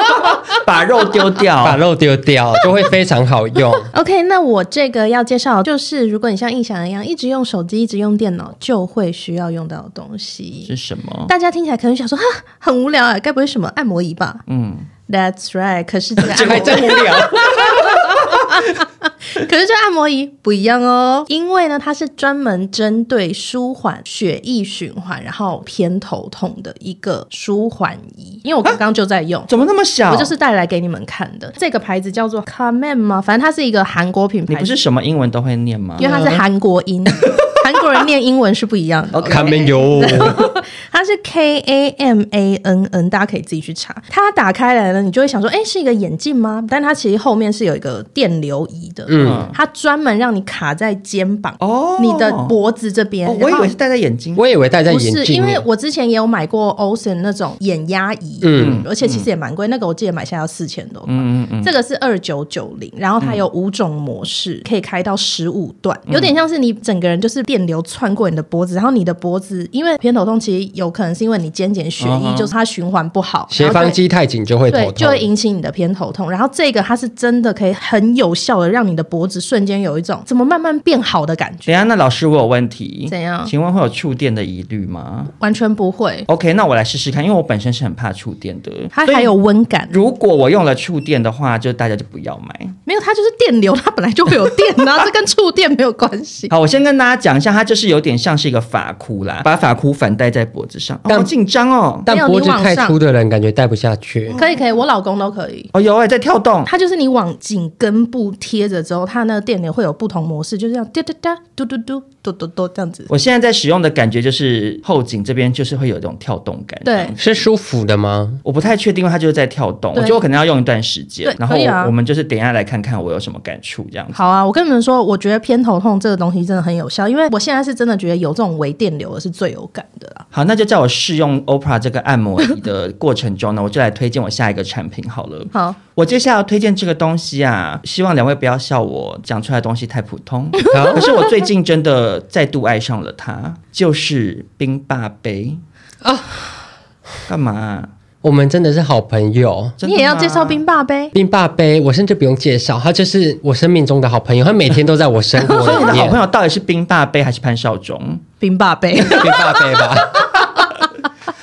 S2: (laughs) 把肉丢掉，
S4: 把肉丢掉就会非常好用。
S3: OK，那我这个要介绍就是，如果你像印象一样一直用手机、一直用电脑，就会需要用到的东
S2: 是
S3: 西。
S2: 什么？ (laughs)
S3: 大家听起来可能想说，哈，很无聊哎，该不会是什么按摩仪吧？
S2: 嗯，
S3: That's right，可是
S2: (laughs)
S3: 这个按
S4: 这
S3: 摩
S4: 还真无聊。
S3: 可是这按摩仪不一样哦，因为呢，它是专门针对舒缓血液循环，然后偏头痛的一个舒缓仪。因为我
S2: 啊
S3: 刚刚就在用，
S2: 怎么那么小？
S3: 我就是带来给你们看的。这个牌子叫做 Kamen 吗？反正它是一个韩国品牌，
S2: 你不是什么英文都会念吗
S3: 因？为它是韩国
S2: (laughs)
S3: 音，韩国人念英文是不一样的。
S4: 看没有？
S3: 它是 K A M A N N，大家可以自己去查。它打开来呢，你就会想说，哎、是一个眼镜吗？但它其实后面是有一个电流仪的，
S4: 嗯
S3: 它专门让你卡在肩膀，
S2: 哦
S3: 你的脖子这边。
S2: 哦我以
S3: 然后
S2: 为是戴在眼睛。
S4: (laughs) 我以为戴在
S3: 不
S4: 眼
S3: 是，因
S4: 镜
S3: 为
S4: 里。
S3: 我之前也有买过 Ocean 那种眼压仪，
S4: 嗯
S3: 嗯，而且其实也蛮贵，那个我记得买下要四千多块，
S2: 嗯嗯嗯，嗯
S3: 这个是二九九零，然后它有五种模式，可以开到十五段，有点像是你整个人就是电流窜过你的脖子，然后你的脖子因为偏头痛，其实有可能是因为你肩胛血
S2: 嗯哼
S3: 液就是它循环不好，
S4: 斜
S3: 然后
S4: 方
S3: 就
S4: 肌太紧就会头
S3: 对，
S4: 痛，
S3: 就会引起你的偏头痛。然后这个它是真的可以很有效的让你的脖子瞬间有一种怎么慢慢变好的感觉，
S2: 等一下，那老师我有问题，
S3: 怎样
S2: 请问会有触电的疑虑吗
S3: 完全不会。
S2: ？OK，那我来试试看，因为我本身是很怕触电的。
S3: 它
S2: 所以
S3: 还有温感，
S2: 如果我用了触电的话，就大家就不要买。
S3: 没有它就是电流，它本来就会有电啊，这跟触电没有关系。
S2: (laughs) 好，我先跟大家讲一下，它就是有点像是一个发箍啦，把发箍反戴在脖子上，哦
S4: 但
S2: 好紧张哦。
S4: 但
S3: 没有
S4: 脖子
S3: 你往
S4: 太
S3: 上
S4: 粗的人感觉戴不下去。
S3: 可以可以，我老公都可以。
S2: 哦，有哎、在跳动。
S3: 它就是你往颈根部贴着之后，它那个电流会有不同模式，就是这样哒哒哒嘟嘟嘟嘟嘟嘟这样子。
S2: 我现在在使用的感觉就是后颈这边就是会有一种跳动感。
S3: 对
S2: 这样子
S4: 是舒服的吗？
S2: 我不太确定，因为它就是在跳动，我
S3: 对
S2: 觉得我可能要用一段时间
S3: 对。
S2: 然后
S3: 可以啊
S2: 我们就是等一下来看看我有什么感触，这样子。
S3: 好啊，我跟你们说，我觉得偏头痛这个东西真的很有效，因为我现在是真的觉得有这种微电流的是最有感的啦。
S2: 好，那就在我试用 OPRA 这个按摩仪的过程中呢，我就来推荐我下一个产品好了。
S3: 好，
S2: 我接下来要推荐这个东西啊，希望两位不要笑我讲出来的东西太普
S3: (laughs)
S2: 通。
S4: 好
S2: 可是我最近真的再度爱上
S3: 哦
S2: 了它，就是冰霸杯啊。干嘛啊、
S4: 我我们真的是好朋友。
S2: 真
S3: 你
S2: 的
S3: 也要
S2: 吗
S3: 介绍冰霸杯。
S4: 冰霸杯，我甚至不用介绍，他就是我生命中的好朋友，他每天都在我生活
S2: (laughs) 所以你
S4: 里
S2: 的好
S4: 面
S2: 朋。友到底是冰霸杯还是潘少忠？
S3: 冰霸杯，
S4: 冰霸杯吧， (laughs)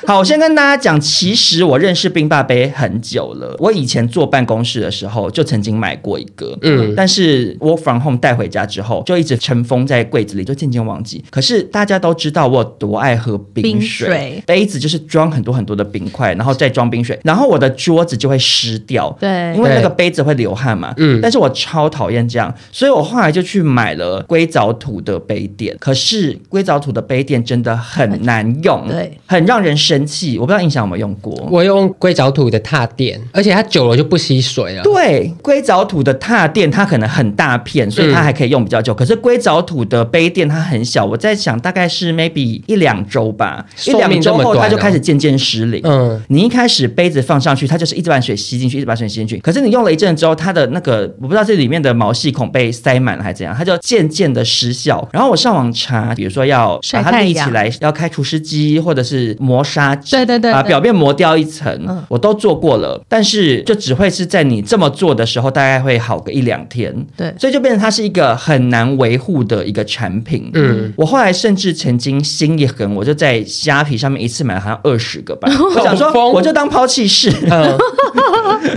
S2: 好，我先跟大家讲，其实我认识冰霸杯很久了。我以前坐办公室的时候就曾经买过一个，嗯，但是 work from home 带回家之后就一直尘封在柜子里，就渐渐忘记。可是大家都知道我有多爱喝冰
S3: 冰
S2: 水，
S3: 水
S2: 杯子就是装很多很多的冰块，然后再装冰水，然后我的桌子就会湿掉，
S3: 对
S2: 因为那个杯子会流汗嘛，嗯，但是我超讨厌这样，所以我后来就去买了硅藻土的杯垫，可是硅藻土的杯垫真的很难用，
S3: 对，
S2: 很让人生气，我不知道印象有没有用过。
S4: 我用硅藻土的踏垫，而且它久了就不吸水了。
S2: 对，硅藻土的踏垫它可能很大片，所以它还可以用比较久。可是硅藻土的杯垫它很小，我在想大概是 maybe 一两周吧，一
S4: 寿命
S2: 两周
S4: 这么
S2: 后
S4: 短
S2: 它就
S4: 哦
S2: 开始渐渐失灵。
S4: 嗯，
S2: 你一开始杯子放上去，它就是一直把水吸进去，一直把水吸进去。可是你用了一阵之后，它的那个我不知道这里面的毛细孔被塞满了还是怎样，它就渐渐的失效。然后我上网查，比如说要把
S3: 晒
S2: 它
S3: 太
S2: 立起
S3: 阳
S2: 来，要开除湿机或者是磨砂纸，啊
S3: 对对对
S2: 把
S3: 对
S2: 表面磨掉一层，
S3: 嗯
S2: 我都做过了，但是就只会是在你这么做的时候，大概会好个一两天。
S3: 对
S2: 所以就变成它是一个很难维护的一个产品。
S4: 嗯，
S2: 我后来甚至曾经心一横，我就在虾皮上面一次买了好像二十个
S3: (laughs)
S2: 吧，我想
S4: 好疯
S2: 说我就当抛弃式。 (laughs)
S4: 嗯，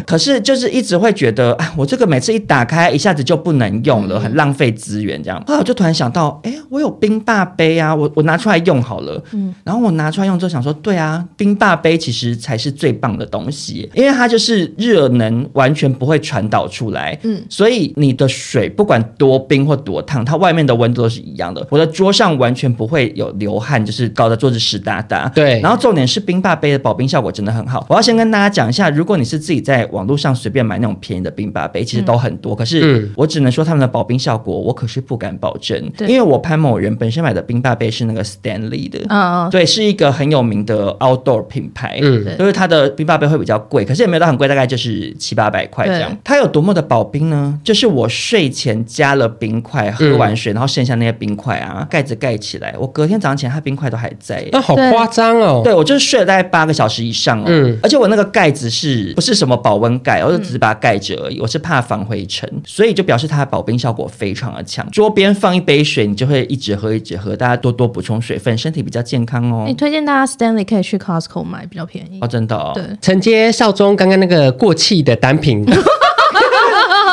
S2: 可是就是一直会觉得，哎，我这个每次一打开，一下子就不能用了，很浪费资源这样。后来我就突然想到，哎，我有冰霸杯啊，我我拿出来用好了。嗯，然后我拿出来用之后想说，对啊，冰霸杯其实才是最棒的东西，因为它就是热能完全不会传导出来。嗯，所以你的水不管多冰或多烫，它外面的温度都是一样的。我的桌上完全不会有流汗，就是搞得桌子湿哒哒。
S4: 对
S2: 然后重点是冰霸杯的保冰效果真的很好。我要先跟大家讲一下，如果你是自己在网络上随便买那种便宜的冰霸杯，其实都很多，可是
S4: 嗯
S2: 我只能说他们的保冰效果，我可是不敢保证，
S3: 对
S2: 因为我潘某人本身买的冰霸杯是那个 Stanley 的。
S3: (laughs) 嗯，
S2: 对，是一个很有名的 outdoor 品牌，
S4: 嗯
S2: 嗯，就是它的冰霸杯会比较贵，可是也没有到很贵，大概就是七八百块这样
S3: 对。
S2: 它有多么的保冰呢？就是我睡前加了冰块，喝完
S3: 嗯
S2: 水，然后剩下那些冰块啊，盖子盖起来，我隔天早上起来，它冰块都还在耶。
S4: 那啊好夸张哦。
S2: 对，我就是睡了大概八个小时以上哦，
S4: 嗯
S2: 而且我那个盖子是不是什么保温盖，我就只是把它盖着而已，我是怕防灰尘，所以就表示它的保冰效果非常的强。桌边放一杯水，你就会一直喝一直喝，大家多多补充水分，身体比较健康哦
S3: 哎你。推荐大家 Stanley 可以去 Costco 买，比较便宜
S2: 哦，。真的哦，
S3: 对，
S4: 承接少中刚刚那个过气的单
S2: (laughs)
S4: 品，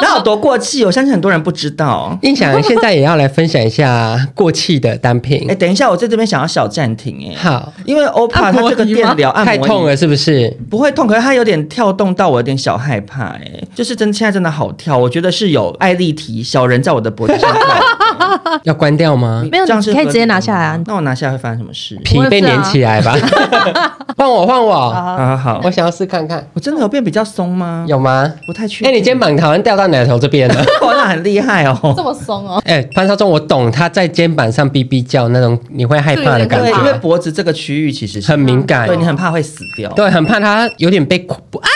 S2: 那有多过气？我相信很多人不知道。哦
S4: 印象现在也要来分享一下过气的单
S2: 哎，
S4: 品。
S2: 等一下，我在这边想要小暂停哎，
S4: 嗯好，啊
S2: 因为 OPPO
S3: 按摩
S2: 它这个
S3: 仪吗
S2: 电疗按摩
S4: 太
S2: 仪
S4: 痛了是不是？
S2: 不会痛，可是它有点跳动到我有点小害怕哎、就是真现在真的好跳，我觉得是有艾丽缇小人在我的脖子上跳，
S4: 要关掉吗？
S3: 没有
S2: 这样是合理
S3: 你可以直接拿下来啊
S2: 的吗那我拿下来会发生什么事？
S4: 皮被粘起来吧。 (laughs) 换我换我，
S2: 啊好啊好好，
S4: 我想要试看看
S2: 我真的有变比较松吗？，
S4: 有吗？
S2: 不太确
S4: 哎，
S2: 定。
S4: 你肩膀好像掉到奶头这边了。
S2: 哇，那很厉害哦。
S3: 么松哦，
S4: 哎，潘少忠，我懂他在肩膀上哔哔叫那种你会害怕的感
S2: 对，因为
S4: 觉，
S2: 脖子这个区域其实是
S4: 很敏感哦
S2: 对，你很怕会死掉。，
S4: 对，很怕他有点被恐怖啊，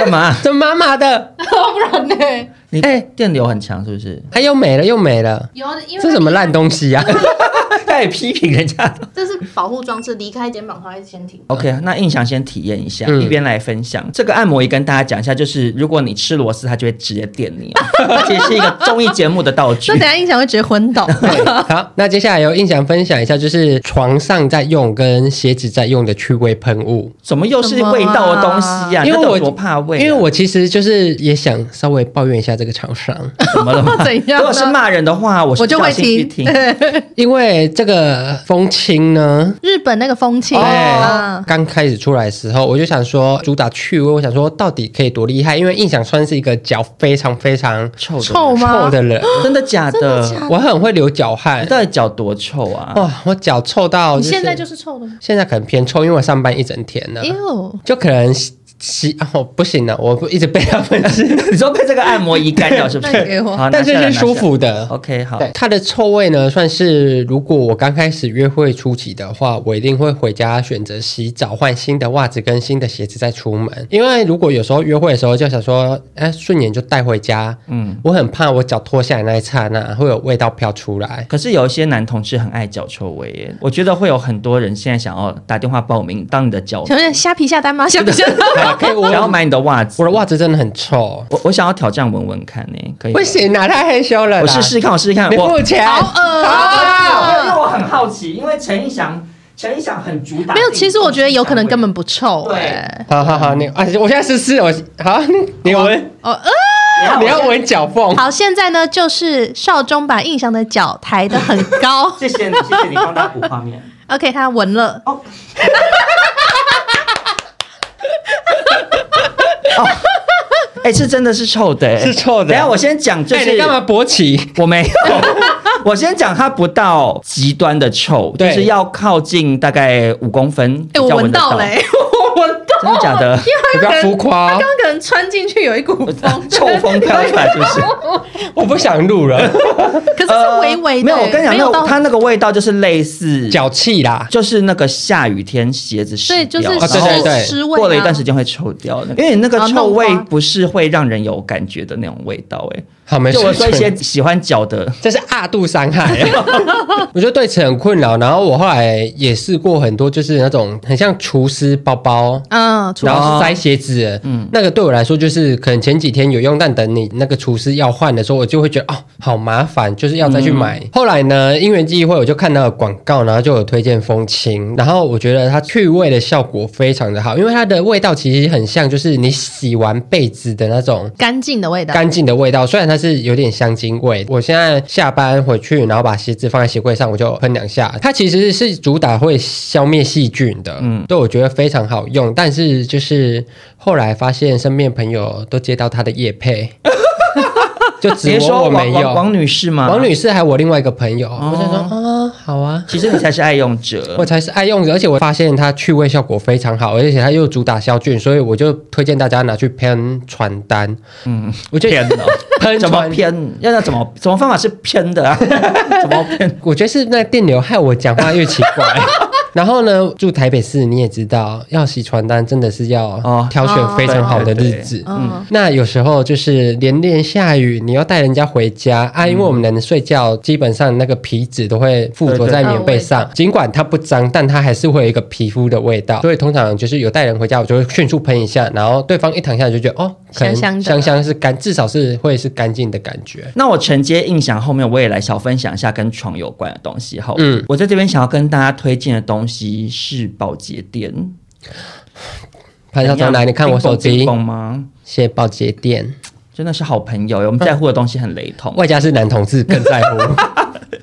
S2: 干
S4: (laughs)
S2: 嘛？
S4: 怎么麻麻的？
S3: 不然呢？
S2: 你
S4: 哎
S2: 电流很强是不是？
S4: 哎，又没了又没了，
S5: 有，啊因为
S4: 这什么烂东西 (laughs) 啊？
S2: 他也批评人家。 (laughs)
S5: 这是保护装置，离开肩膀它会先停。
S2: OK，那印象先体验一下，
S4: 嗯
S2: 一边来分享这个按摩仪跟大家讲一下，就是如果你吃螺丝，它就会直接电你哦，它其实是一个综艺节目的道
S3: (laughs)
S2: 具
S3: 这等。下印象会直接昏倒。
S4: 好，那接下来由印象分享一下，就是床上在用跟鞋子在用的去味喷雾。
S2: 怎么又是味道的东西呀、啊？
S4: 因为
S2: 你到底有
S4: 我
S2: 多怕味、啊，
S4: 因为我其实就是也想稍微抱怨一下这个厂商，
S2: 怎么了吗
S3: 怎样呢
S2: 如果是骂人的话，我是
S3: 我就会
S2: 小心去
S3: 听
S2: 听。
S4: 因为这个风清呢，
S3: 日本那个风气
S4: 对，
S2: 嗯
S3: 啊，
S4: 哦刚开始出来的时候，我就想说主打趣味，我想说到底可以多厉害，因为印象川是一个脚非常非常
S2: 臭的哦
S3: 臭吗？
S4: 臭的人，
S2: (laughs) 真的假的？
S4: 我很会流脚
S2: 你
S4: 汗，
S2: 到底脚多臭啊？
S3: 哦
S4: 哇，我脚臭到、
S3: 你
S4: 就是，
S3: 现在就是臭的吗？
S2: 哦
S4: 现在可能偏臭，因为我上班一整天了
S3: 哎。呦，
S4: 就可能洗哦，不行了，我不一直被他们吃，
S2: (laughs) 你说被这个按摩仪干扰是不
S3: (laughs) 那
S2: 是？
S3: 你给我
S2: 好，
S4: 但是
S2: 拿下来
S4: 是舒。
S2: 拿下
S4: 服的
S2: 来。OK，好，
S4: 对，它的臭味呢，算是如果我刚开始约会初期的话，我一定会回家选择洗澡，换新的袜子跟新的鞋子再出门。因为如果有时候约会的时候就想说，哎，顺眼就带回家，嗯，我很怕我脚脱下来那一刹那会有味道飘出来。
S2: 可是有一些男同志很爱脚臭味耶，我觉得会有很多人现在想要打电话报名当你的脚，啊
S3: 请问虾皮下单吗？虾皮下
S2: (laughs)
S3: 单。
S4: 可以，我
S2: 想要买你的袜子。
S4: 我的袜子真的很臭，
S2: 我我想要挑战闻闻看呢，可以吗
S4: 不，行啊，太害羞了啦。
S2: 我试试看，我试试看，
S4: 你
S2: 我
S4: 付钱，
S3: 好恶
S2: 啊！
S3: 啊
S2: 因为我很好奇，因为陈意翔，陈意翔很主打
S3: 没有，其实我觉得有可能根本不臭、
S2: 对
S3: 哎，
S4: 好好好，你啊，我现在试试，我好，你你闻，
S3: 哦，呃
S4: 你要闻脚缝，
S3: 好，现在呢就是少中把印象的脚抬得很高
S2: 谢谢你，谢谢你帮大家补画面。
S3: ，OK，他闻了，
S4: 哦
S2: (laughs) 哦哎、这真的是臭的、哎
S4: 是臭的
S2: 等一下我先讲，就
S4: 哎，
S2: 是、
S4: 你干嘛勃起？
S2: 我
S4: (laughs)
S2: 没有，我先讲它不到极端的臭，就
S4: 对
S2: 是要靠近大概五公分
S3: 哎、
S2: 比
S3: 我
S2: 较
S3: 闻
S2: 闻得
S3: 到
S2: 到。 (laughs)
S3: 嘞、我闻到，
S2: 真的假的？
S4: 你不要浮夸哦
S3: 刚，刚可能穿进去有一股风，
S2: 呃臭风飘出来是不是？
S4: 我不想录了，
S3: 可是是微微
S2: 呃没
S3: 的、
S2: 有，我跟你讲，
S3: (laughs) 没
S2: 那
S3: 有
S2: 个
S3: 到，
S2: 它那个味道就是类似，
S4: 脚气啦。
S2: 就是那个下雨天鞋子湿
S3: 所以就
S2: 掉，
S3: 是
S2: 然后
S4: 哦对对对
S3: 湿味、啊，
S2: 过了一段时间会臭掉的，因为你那个
S3: 然后
S2: 臭
S3: 弄
S2: 味
S3: 花
S2: 不是会让人有感觉的那种味道、欸，
S4: 好，没
S2: 哎，
S4: 事
S2: 就。我说一些喜欢脚的，
S4: 这是二度伤害， (laughs) 我就对此很困扰。然后我后来也试过很多，就是那种很像厨师包包，
S3: 嗯，
S4: 然后是塞鞋子的，嗯，那个对我来说就是可能前几天有用，但等你那个厨师要换的时候，我就会觉得哦，好麻烦，就是要再去买。后来呢，因缘际会，我就看到了广告，然后就有推荐风清，然后我觉得它去味的效果非常的好，因为它的味道其实很像就是你洗完被子的那种。
S3: 干净的味道，
S4: 干净的味道，虽然它是有点香精味。我现在下班回去，然后把鞋子放在鞋柜上，我就喷两下。它其实是主打会消灭细菌的，嗯，对我觉得非常好用。但是就是后来发现身边朋友都接到它的叶
S2: (laughs)
S4: 配，就只
S2: 别
S4: 我
S2: 说
S4: 我没
S2: 王王
S4: 有。
S2: 王女士嗯吗？
S4: 王，女士还有我另外一个朋友，我就说啊，好啊。
S2: 其实你才是爱用
S4: (laughs)
S2: 者。
S4: 我才是爱用的，而且我发现它去味效果非常好，而且它又主打消菌，所以我就推荐大家拿去喷传单。嗯，我就 (laughs)
S2: 偏的，
S4: 喷
S2: 怎么
S4: 传
S2: 偏？要要怎么？什么方法是偏
S4: (laughs)
S2: 的啊？怎么偏？
S4: 我觉得是那电流害我讲话越奇 (laughs) 怪。然后呢，住台北市你也知道，要洗传单真的是
S2: 哦
S4: 要挑选非常好的日子。
S3: 嗯，
S4: 那有时候就是连连下雨，你要带人家回家啊，因为我们人睡觉基本上那个皮脂都会附着在棉被上，尽管它不脏，但它还是会有一个皮肤的味道。所以通常就是有带人回家，我就会迅速喷一下，然后对方一躺下来就觉得哦，可能
S3: 香香
S4: 香
S3: 的
S4: 香是干，至少是会是干净的感觉。
S2: 那我承接印象后面，我也来小分享一下跟床有关的东西。好，嗯
S4: 嗯，
S2: 我在这边想要跟大家推荐的东西是保洁垫。
S4: 潘少长来，你看我手
S2: 冰
S4: 机
S2: 冻，冰冻吗？
S4: 谢谢保洁店。
S2: 真的是好朋友耶，我们在乎的东西很雷同。
S4: 外加是男同志更在乎。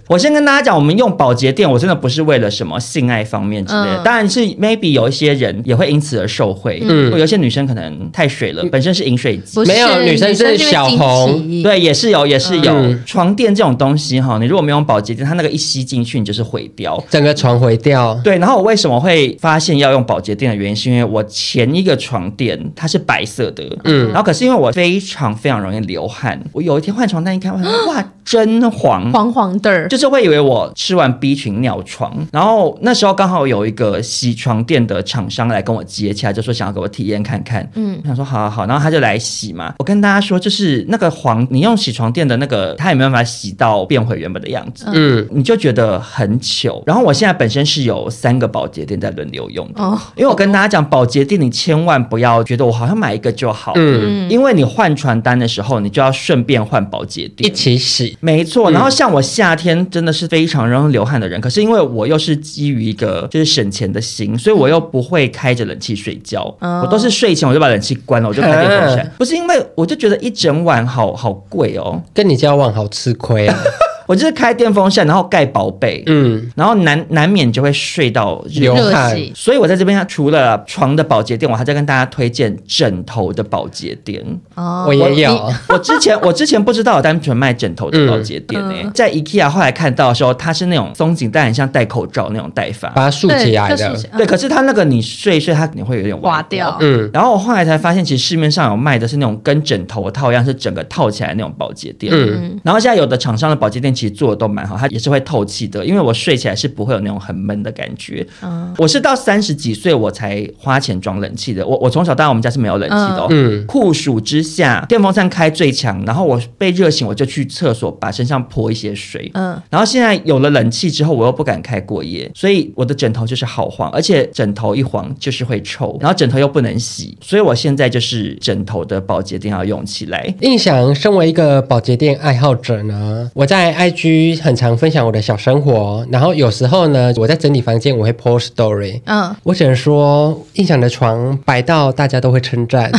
S2: 我先跟大家讲，我们用保洁垫，我真的不是为了什么性爱方面之类的，
S3: 嗯
S2: 当然是 maybe 有一些人也会因此而受惠，嗯，有一些女生可能太水了，本身是饮水机。
S3: 嗯不是
S4: 没有女
S3: 女
S4: 生是
S3: 因为
S4: 小
S3: 经
S4: 红
S3: 期，
S2: 对，也是有，也是有、
S4: 嗯
S2: 床垫这种东西哈，你如果没有用保洁垫，它那个一吸进去，你就是毁掉。
S4: 整个床毁掉，
S2: 对，然后我为什么会发现要用保洁垫的原因，是因为我前一个床垫它是白色的，嗯，然后可是因为我非常非常容易流汗，我有一天换床单一看，我想说
S3: (gasps)
S2: 哇，真黄，
S3: 黄黄的儿，
S2: 就是会以为我吃完 B 群尿床，然后那时候刚好有一个洗床垫的厂商来跟我接洽，就说想要给我体验看看，嗯，我想说好好好，然后他就来洗嘛。我跟大家说，就是那个黄，你用洗床垫的那个，它也没办法洗到变回原本的样子，
S4: 嗯，
S2: 你就觉得很糗。然后我现在本身是有三个保洁垫在轮流用的，
S3: 哦
S2: 因为我跟大家讲，保洁垫你千万不要觉得我好像买一个就好，嗯，
S4: 嗯
S2: 因为你换床单的时候，你就要顺便换保洁
S4: 一
S2: 垫。
S4: 起洗，
S2: 没错，然后像我夏天真的是非常容易流汗的人，可是因为我又是基于一个就是省钱的心，所以我又不会开着冷气睡觉，
S3: 哦
S2: 我都是睡前我就把冷气关了，我就开电风扇。不是因为我就觉得一整晚好好贵哦，
S4: 跟你交往好吃亏啊！
S2: 我就是开电风扇，然后盖薄被，
S4: 嗯，
S2: 然后难难免就会睡到热
S4: 流
S3: 热
S4: 汗
S3: 洗
S2: 所以我在这边除了床的保洁店，我还在跟大家推荐枕头的保洁店。
S3: 哦
S4: 我也有
S2: 我， (laughs) 我之前我之前不知道有单纯卖枕头的保洁店呢、
S3: 嗯
S2: 在 IKEA 后来看到的时候，它是那种松紧带，很像戴口罩那种戴法。
S4: 把它竖
S3: 对
S4: 起来
S3: 就
S4: 的
S3: 竖起，
S2: 对，可是它那个你睡一睡，它肯定会有点
S3: 滑掉。
S4: 嗯，
S2: 然后我后来才发现，其实市面上有卖的是那种跟枕头套一样，是整个套起来的那种保洁垫。
S4: 嗯
S2: 然后现在有的厂商的保洁垫其实做的都蛮好，它也是会透气的，因为我睡起来是不会有那种很闷的感觉。
S3: 嗯
S2: 我是到三十几岁我才花钱装冷气的，我我从小到大我们家是没有冷气的、哦。
S4: 嗯
S2: 酷暑之下，电风扇开最强，然后我被热醒，我就去厕所把身上泼一些水。
S3: 嗯，
S2: 然后现在有了冷气之后，我又不敢开过夜，所以我的枕头就是好黄，而且枕头一黄就是会臭，然后枕头又不能洗，所以我现在就是枕头的保洁垫要用起
S3: (laughs)
S2: 来。
S4: 印象，身为一个保洁店爱好者呢，我在 IG 很常分享我的小生活，然后有时候呢，我在整理房间，我会 post story。
S3: 嗯，
S4: 我只能说，印象的床摆到大家都会称赞。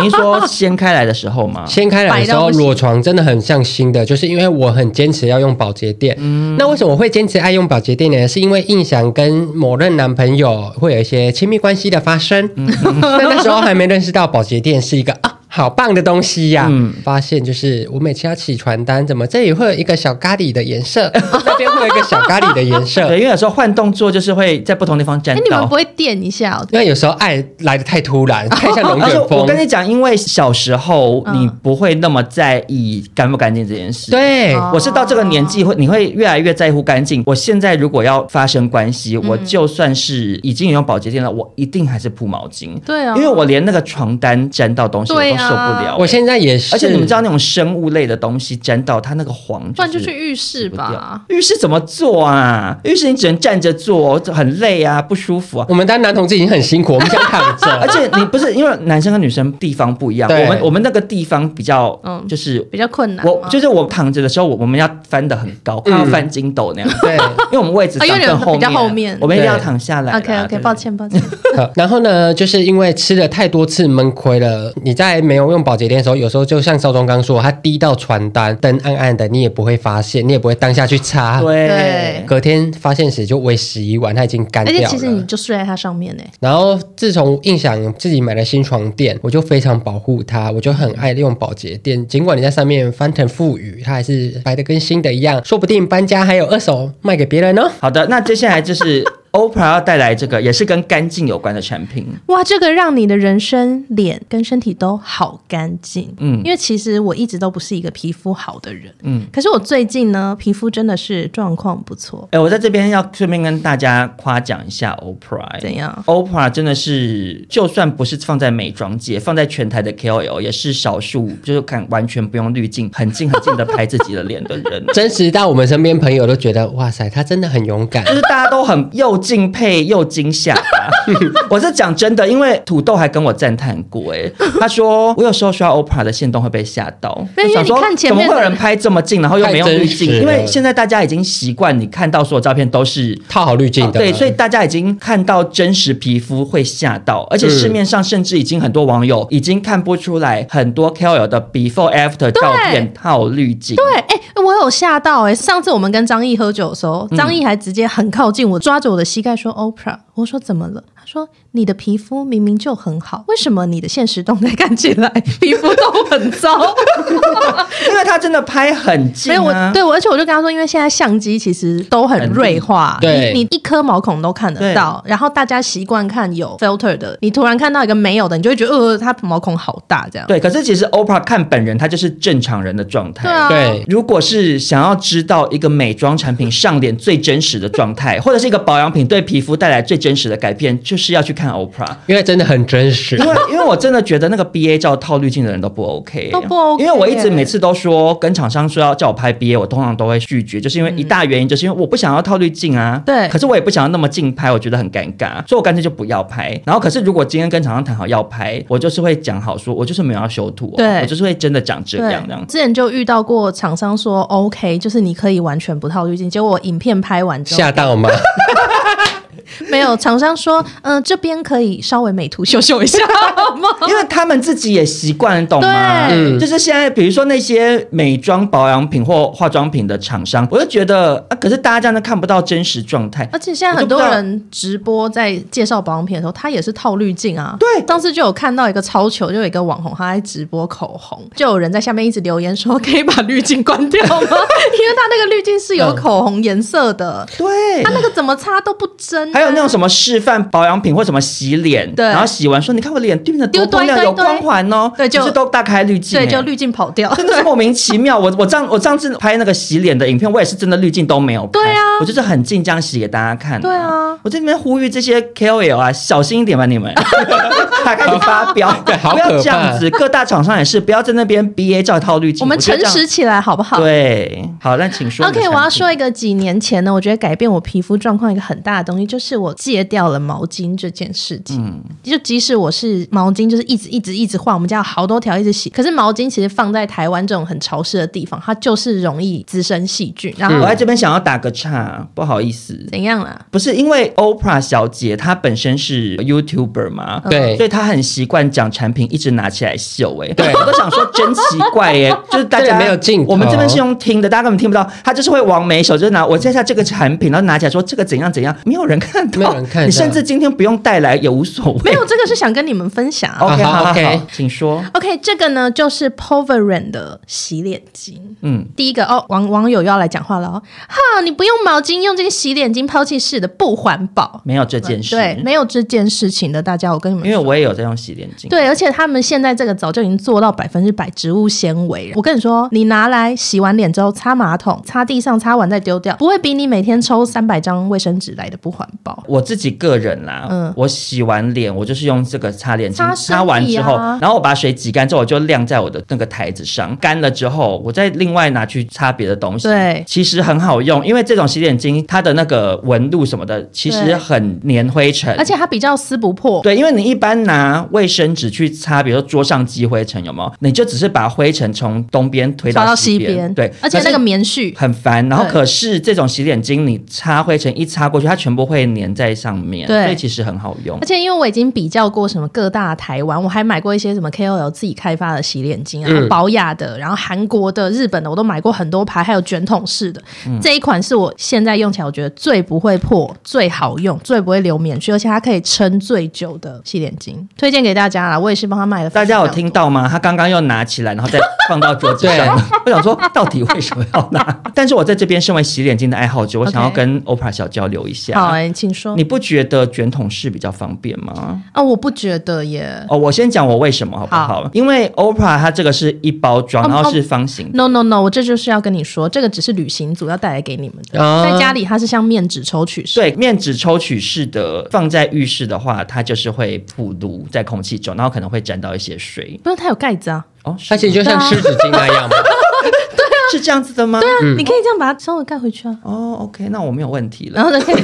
S2: 您说掀开来的时候吗？
S4: 掀开来的时
S3: 摆到
S4: 候，
S3: 不行
S4: 裸床真的很像新的，就是因为我很坚持要用保洁垫。
S2: 嗯
S4: 那为什么我会坚持爱用保洁垫呢？是因为印象跟某任男朋友会有一些亲密关系的发生，
S2: 嗯 (laughs)
S4: 那 (laughs) 那时候还没认识到保洁垫是一个啊。好棒的东西呀、
S2: 嗯
S4: 发现就是我每次要洗传单，怎么这里会有一个小咖喱的颜色， (laughs) 那边会有一个小咖喱的颜色
S2: (laughs) 对，，因为有时候换动作就是会在不同地方
S3: 哎、
S2: 沾
S4: 嗯
S3: 你们
S2: 到
S3: 不。会垫一下、哦？
S4: 因为有时候爱来的太突然，太像龙
S2: 而且
S4: 卷
S2: 哦呃我
S4: 风
S2: 跟。你讲，因为小时候
S3: 嗯
S2: 你不会那么在意干不干净这件事。。
S4: 对，
S3: 哦
S2: 我是到这个年纪会，你会越来越在乎干净。我现在如果要发生关系，
S3: 嗯
S2: 我就算是已经有用保洁垫了，我一定还是铺毛巾。
S3: 对啊
S2: 因为我连那个床单沾到东西我都
S3: 对
S2: 受
S3: 啊
S2: 不了。哎
S4: 我现在也是。
S2: 而且你们知道那种生物类的东西沾到它那个黄，
S3: 不然就去
S2: 是
S3: 浴室
S2: 洗不掉
S3: 吧。。
S2: 浴室怎么做啊？浴室你只能站着做，很累啊，不舒
S3: (laughs)
S2: 服啊。
S4: 我们当男同志已经很辛苦，我们想躺着，
S2: (laughs) 而且你不是因为男生跟女生地方不一样，
S4: 对
S2: 我们我们那个地方比较，
S3: 嗯
S2: 就是
S3: 比较困难吗，
S2: 我就是我躺着的时候，我我们要翻得很高，快要翻筋斗那样，
S4: (laughs) 对，
S2: 因为我们位置
S3: 啊因为
S2: 长更
S3: 你们
S2: 后
S3: 比较
S2: 面，
S3: 后面
S2: 我们一定要
S4: 对
S2: 躺下来啦。
S3: OK
S2: 对
S3: OK，
S2: 不
S3: 抱
S2: 对。
S3: 歉
S4: (laughs)
S3: 抱歉。
S4: 好然后呢，就是因为吃了太多次闷亏了，你在没有用保洁垫的时候，有时候就像邵忠刚说，它滴到传单，灯暗暗的，你也不会发现，你也不会当下去擦。
S2: 对
S3: 对，
S4: 隔天发现时就为时已晚，它已经干
S3: 而
S4: 掉
S3: 且
S4: 了。
S3: 其实你就睡在它上面呢、
S4: 然后自从印象自己买了新床垫，我就非常保护它，我就很爱用保洁垫。尽管你在上面翻腾覆雨，它还是白的跟新的一样。说不定搬家还有二手卖给别人哦。
S2: 好的，那接下来就是 (laughs) OPRA 要带来这个也是跟干净有关的产品，
S3: 哇，这个让你的人生、脸跟身体都好干净。
S2: 嗯
S3: 嗯，因为其实我一直都不是一个皮肤好的人。
S2: 嗯
S3: 嗯，可是我最近呢，皮肤真的是状况不错。
S2: 哎、我在这边要顺便跟大家夸奖一下 OPRA，
S3: 怎样
S2: ？OPRA 真的是，就算不是放在美妆界，放在全台的 KOL 也是少数，就是看完全不用滤镜，很近很近的拍自己的脸的
S3: (laughs)
S2: 人。
S4: 真实到我们身边朋友都觉得，哇塞，他真的很勇敢
S2: 就。是大家都很又敬佩又惊吓吧。 (laughs) 我是讲真的，因为土豆还跟我赞叹过、
S3: (laughs)
S2: 欸，他说我有时候刷 OPRA 的线动会被吓到，
S3: 对因为
S2: 想说
S3: 你看前面的
S2: 怎么会有人拍这么近，然后又没有
S4: 太真
S2: 滤镜？
S4: 实
S2: 因为
S4: 了
S2: 现在大家已经习惯你看到所有照片都是
S4: 套好滤镜
S2: 哦
S4: 的、
S2: 对，所以大家已经看到真实皮肤会吓到，而且市面上甚至已经很多网友已经看不出来很多 KOL 的 before after 照片套滤镜。
S3: 对，哎、我有吓到哎、上次我们跟张毅喝酒的时候，张毅还直接很靠近我，抓着我的膝盖说 “Oprah”，我说怎么了？他说你的皮肤明明就很好，为什么你的现实动态 (laughs) 看起来皮肤都很糟？
S2: 因为他真的拍很近、
S3: 没
S2: 啊，
S3: 有我对我，而且我就跟他说，因为现在相机其实都很锐化，
S4: 很对
S3: 你你一颗毛孔都看得到，然后大家习惯看有 filter 的，你突然看到一个没有的，你就会觉得呃，他毛孔好大这样。
S2: 对，可是其实 OPRA 看本人，他就是正常人的状态。
S3: 对啊
S4: 对
S2: 如果是想要知道一个美妆产品上脸最真实的状态，或者是一个保养品对皮肤带来最真实的改变，就是要去看 OPRA。
S4: 因为真的很真实
S2: (laughs) 因。为因为我真的觉得那个 BA 照套滤镜的人都不 OK，
S3: 都不 OK
S2: 因为我一直每次都说跟厂商说要叫我拍 BA，我通常都会拒绝，就是因为一大原因就是因为我不想要套滤镜啊。
S3: 对
S2: 可是我也不想要那么近拍，我觉得很尴尬，所以我干脆就不要拍。然后可是如果今天跟厂商谈好要拍，我就是会讲好说，我就是没有要修图、哦，
S3: 对
S2: 我就是会真的长这样这样。
S3: 之前就遇到过厂商说 OK，就是你可以完全不套滤镜，结果我影片拍完之后，
S4: 吓到吗？
S3: 没有厂商说，嗯、这边可以稍微美图秀秀一下，
S2: (laughs)
S3: 好吗？
S2: 因为他们自己也习惯，你懂吗？
S3: 对
S4: 嗯
S2: 就是现在，比如说那些美妆保养品或化妆品的厂商，我就觉得啊，可是大家真的看不到真实状态
S3: 而。且现在很多人直播在介绍保养品的时候，他也是套滤镜啊。
S2: 对
S3: 上次就有看到一个超球，就有一个网红他在直播口红，就有人在下面一直留言说可以把滤镜关
S2: (laughs)
S3: 掉吗？因为他那个滤镜是有口红颜色的，
S2: 对
S3: 他，那个怎么擦都不真啊、
S2: 还有那种什么示范保养品或什么洗脸，
S3: 对
S2: 然后洗完说你看我脸变得多
S3: 丢
S2: 光亮，
S3: 对对
S2: 有光环哦，
S3: 对就
S2: 就是都大开滤镜欸，
S3: 对，就滤镜跑掉。
S2: 真的是莫名其妙。我我上我上次拍那个洗脸的影片，我也是真的滤镜都没有拍，
S3: 对啊
S2: 我就是很近这样洗给大家看、
S3: 对啊，
S2: 我在这边呼吁这些 KOL 啊，小心一点吧，你们， (laughs) 他开始发
S3: (laughs)
S2: 飙，
S4: 对好
S2: 不要
S4: 可怕
S2: 这样子，各大厂商也是不要在那边 BA 照套滤镜，
S3: 我们
S2: 觉得
S3: 诚
S2: 这样
S3: 实。起来好不好？
S2: 对，好，那请说你的
S3: OK，
S2: 产
S3: 我
S2: 品。
S3: 要说一个几年前呢，我觉得改变我皮肤状况一个很大的东西，就是我戒掉了毛巾这件事情。
S2: 嗯
S3: 就即使我是毛巾，就是一直一直一直换，我们家有好多条一直洗，可是毛巾其实放在台湾这种很潮湿的地方，它就是容易滋生细菌。然
S2: 我
S3: 后
S2: 在这边想要打个岔，不好意思，
S3: 怎样啊啦？
S2: 不是因为 Oprah 小姐她本身是 YouTuber 嘛，
S4: 嗯对
S2: 嗯所以她很习惯讲产品，一直拿起来秀、欸。哎，
S4: 对
S2: 我都想说真奇怪
S4: (laughs)
S2: 耶、就是大
S4: 这
S2: 家
S4: 里没有镜头
S2: 我们这边是用听的，大家根本听不到。她就是会往每手就是拿我介绍这个产品，然后拿起来说这个怎样怎样，没有人看到，
S4: 没有人看到
S2: 你甚至今天不用带来也无所谓。
S3: 没有这个是想跟你们分享啊。
S2: OK，(laughs)
S4: 啊
S2: 好
S4: (laughs) 好
S2: 好好
S4: OK，
S2: 请说。
S3: OK，这个呢就是 Poveran 的洗脸巾。
S2: 嗯，
S3: 第一个哦，网网友又要来讲话了哦，哈，你不用毛巾，用这个洗脸巾抛弃式的，不环保。
S2: 没有这件事，
S3: 对，没有这件事情的，大家我跟你们
S2: 因为
S3: 说。
S2: 我也有在用洗脸巾。
S3: 对，而且他们现在这个早就已经做到百分之百植物纤维了。我跟你说，你拿来洗完脸之后擦马桶、擦地上、擦完再丢掉，不会比你每天抽三百张卫生纸来的不环保。
S2: 我自己个人啦，
S3: 嗯
S2: 我洗完脸，我就是用这个擦脸
S3: 擦
S2: 巾，
S3: 身体啊
S2: 擦完之后，然后我把水挤干之后，我就晾在我的那个台子上，干了之后，我再另外拿去擦别的东西。
S3: 对
S2: 其实很好用，因为这种洗脸巾它的那个纹路什么的，其实
S3: 对
S2: 很粘灰尘，
S3: 而且它比较撕不破，
S2: 对，因为你一般拿卫生纸去擦，比如说桌上积灰尘，有没有？你就只是把灰尘从东边推
S3: 刷到
S2: 西
S3: 西边。
S2: 对，
S3: 而且
S2: 可是
S3: 那个棉絮，
S2: 很烦。然后
S3: 对
S2: 可是这种洗脸巾，你擦灰尘一擦过去，它全部会粘在上面，
S3: 对
S2: 所以其实很好用
S3: 而。且因为我已经比较过什么各大台湾，我还买过一些什么 KOL 自己开发的洗脸巾啊，
S2: 嗯
S3: 然后保雅的，然后韩国的、日本的，我都买过很多牌，还有卷筒式的。
S2: 嗯
S3: 这一款是我现在用起来我觉得最不会破、最好用、最不会流棉絮，而且它可以撑最久的洗脸巾，推荐给大家啦。我也是帮他卖的。
S2: 大家有听？到吗？他刚刚又拿起来，然后再放到桌子上。
S3: (laughs)
S2: 我想说，到底为什么要拿？但是我在这边身为洗脸巾的爱好者，我想要
S3: OK
S2: 跟 OPRA 小交流一下。
S3: 好、欸，请说
S2: 你。不觉得卷筒式比较方便吗？
S3: 哦，我不觉得耶。
S2: 哦，我先讲我为什么好不好？
S3: 好
S2: 因为 OPRA 它这个是一包装，
S3: 哦
S2: 然后是方形的。
S3: No no no，我这就是要跟你说，这个只是旅行组要带来给你们的，
S4: 啊
S3: 在家里它是像面纸抽取式。
S2: 对，面纸抽取式的放在浴室的话，它就是会暴露在空气中，然后可能会沾到一些水。
S3: 不是它有盖子啊，
S2: 哦，
S4: 它
S2: 是
S4: 其实就像湿纸巾那样嘛。
S2: 哦是这样子的吗？对啊。
S3: 你可以这样把它稍微盖回去
S2: (laughs)
S3: 啊。
S2: 哦，OK，那我没有问题了
S3: 然。后再可以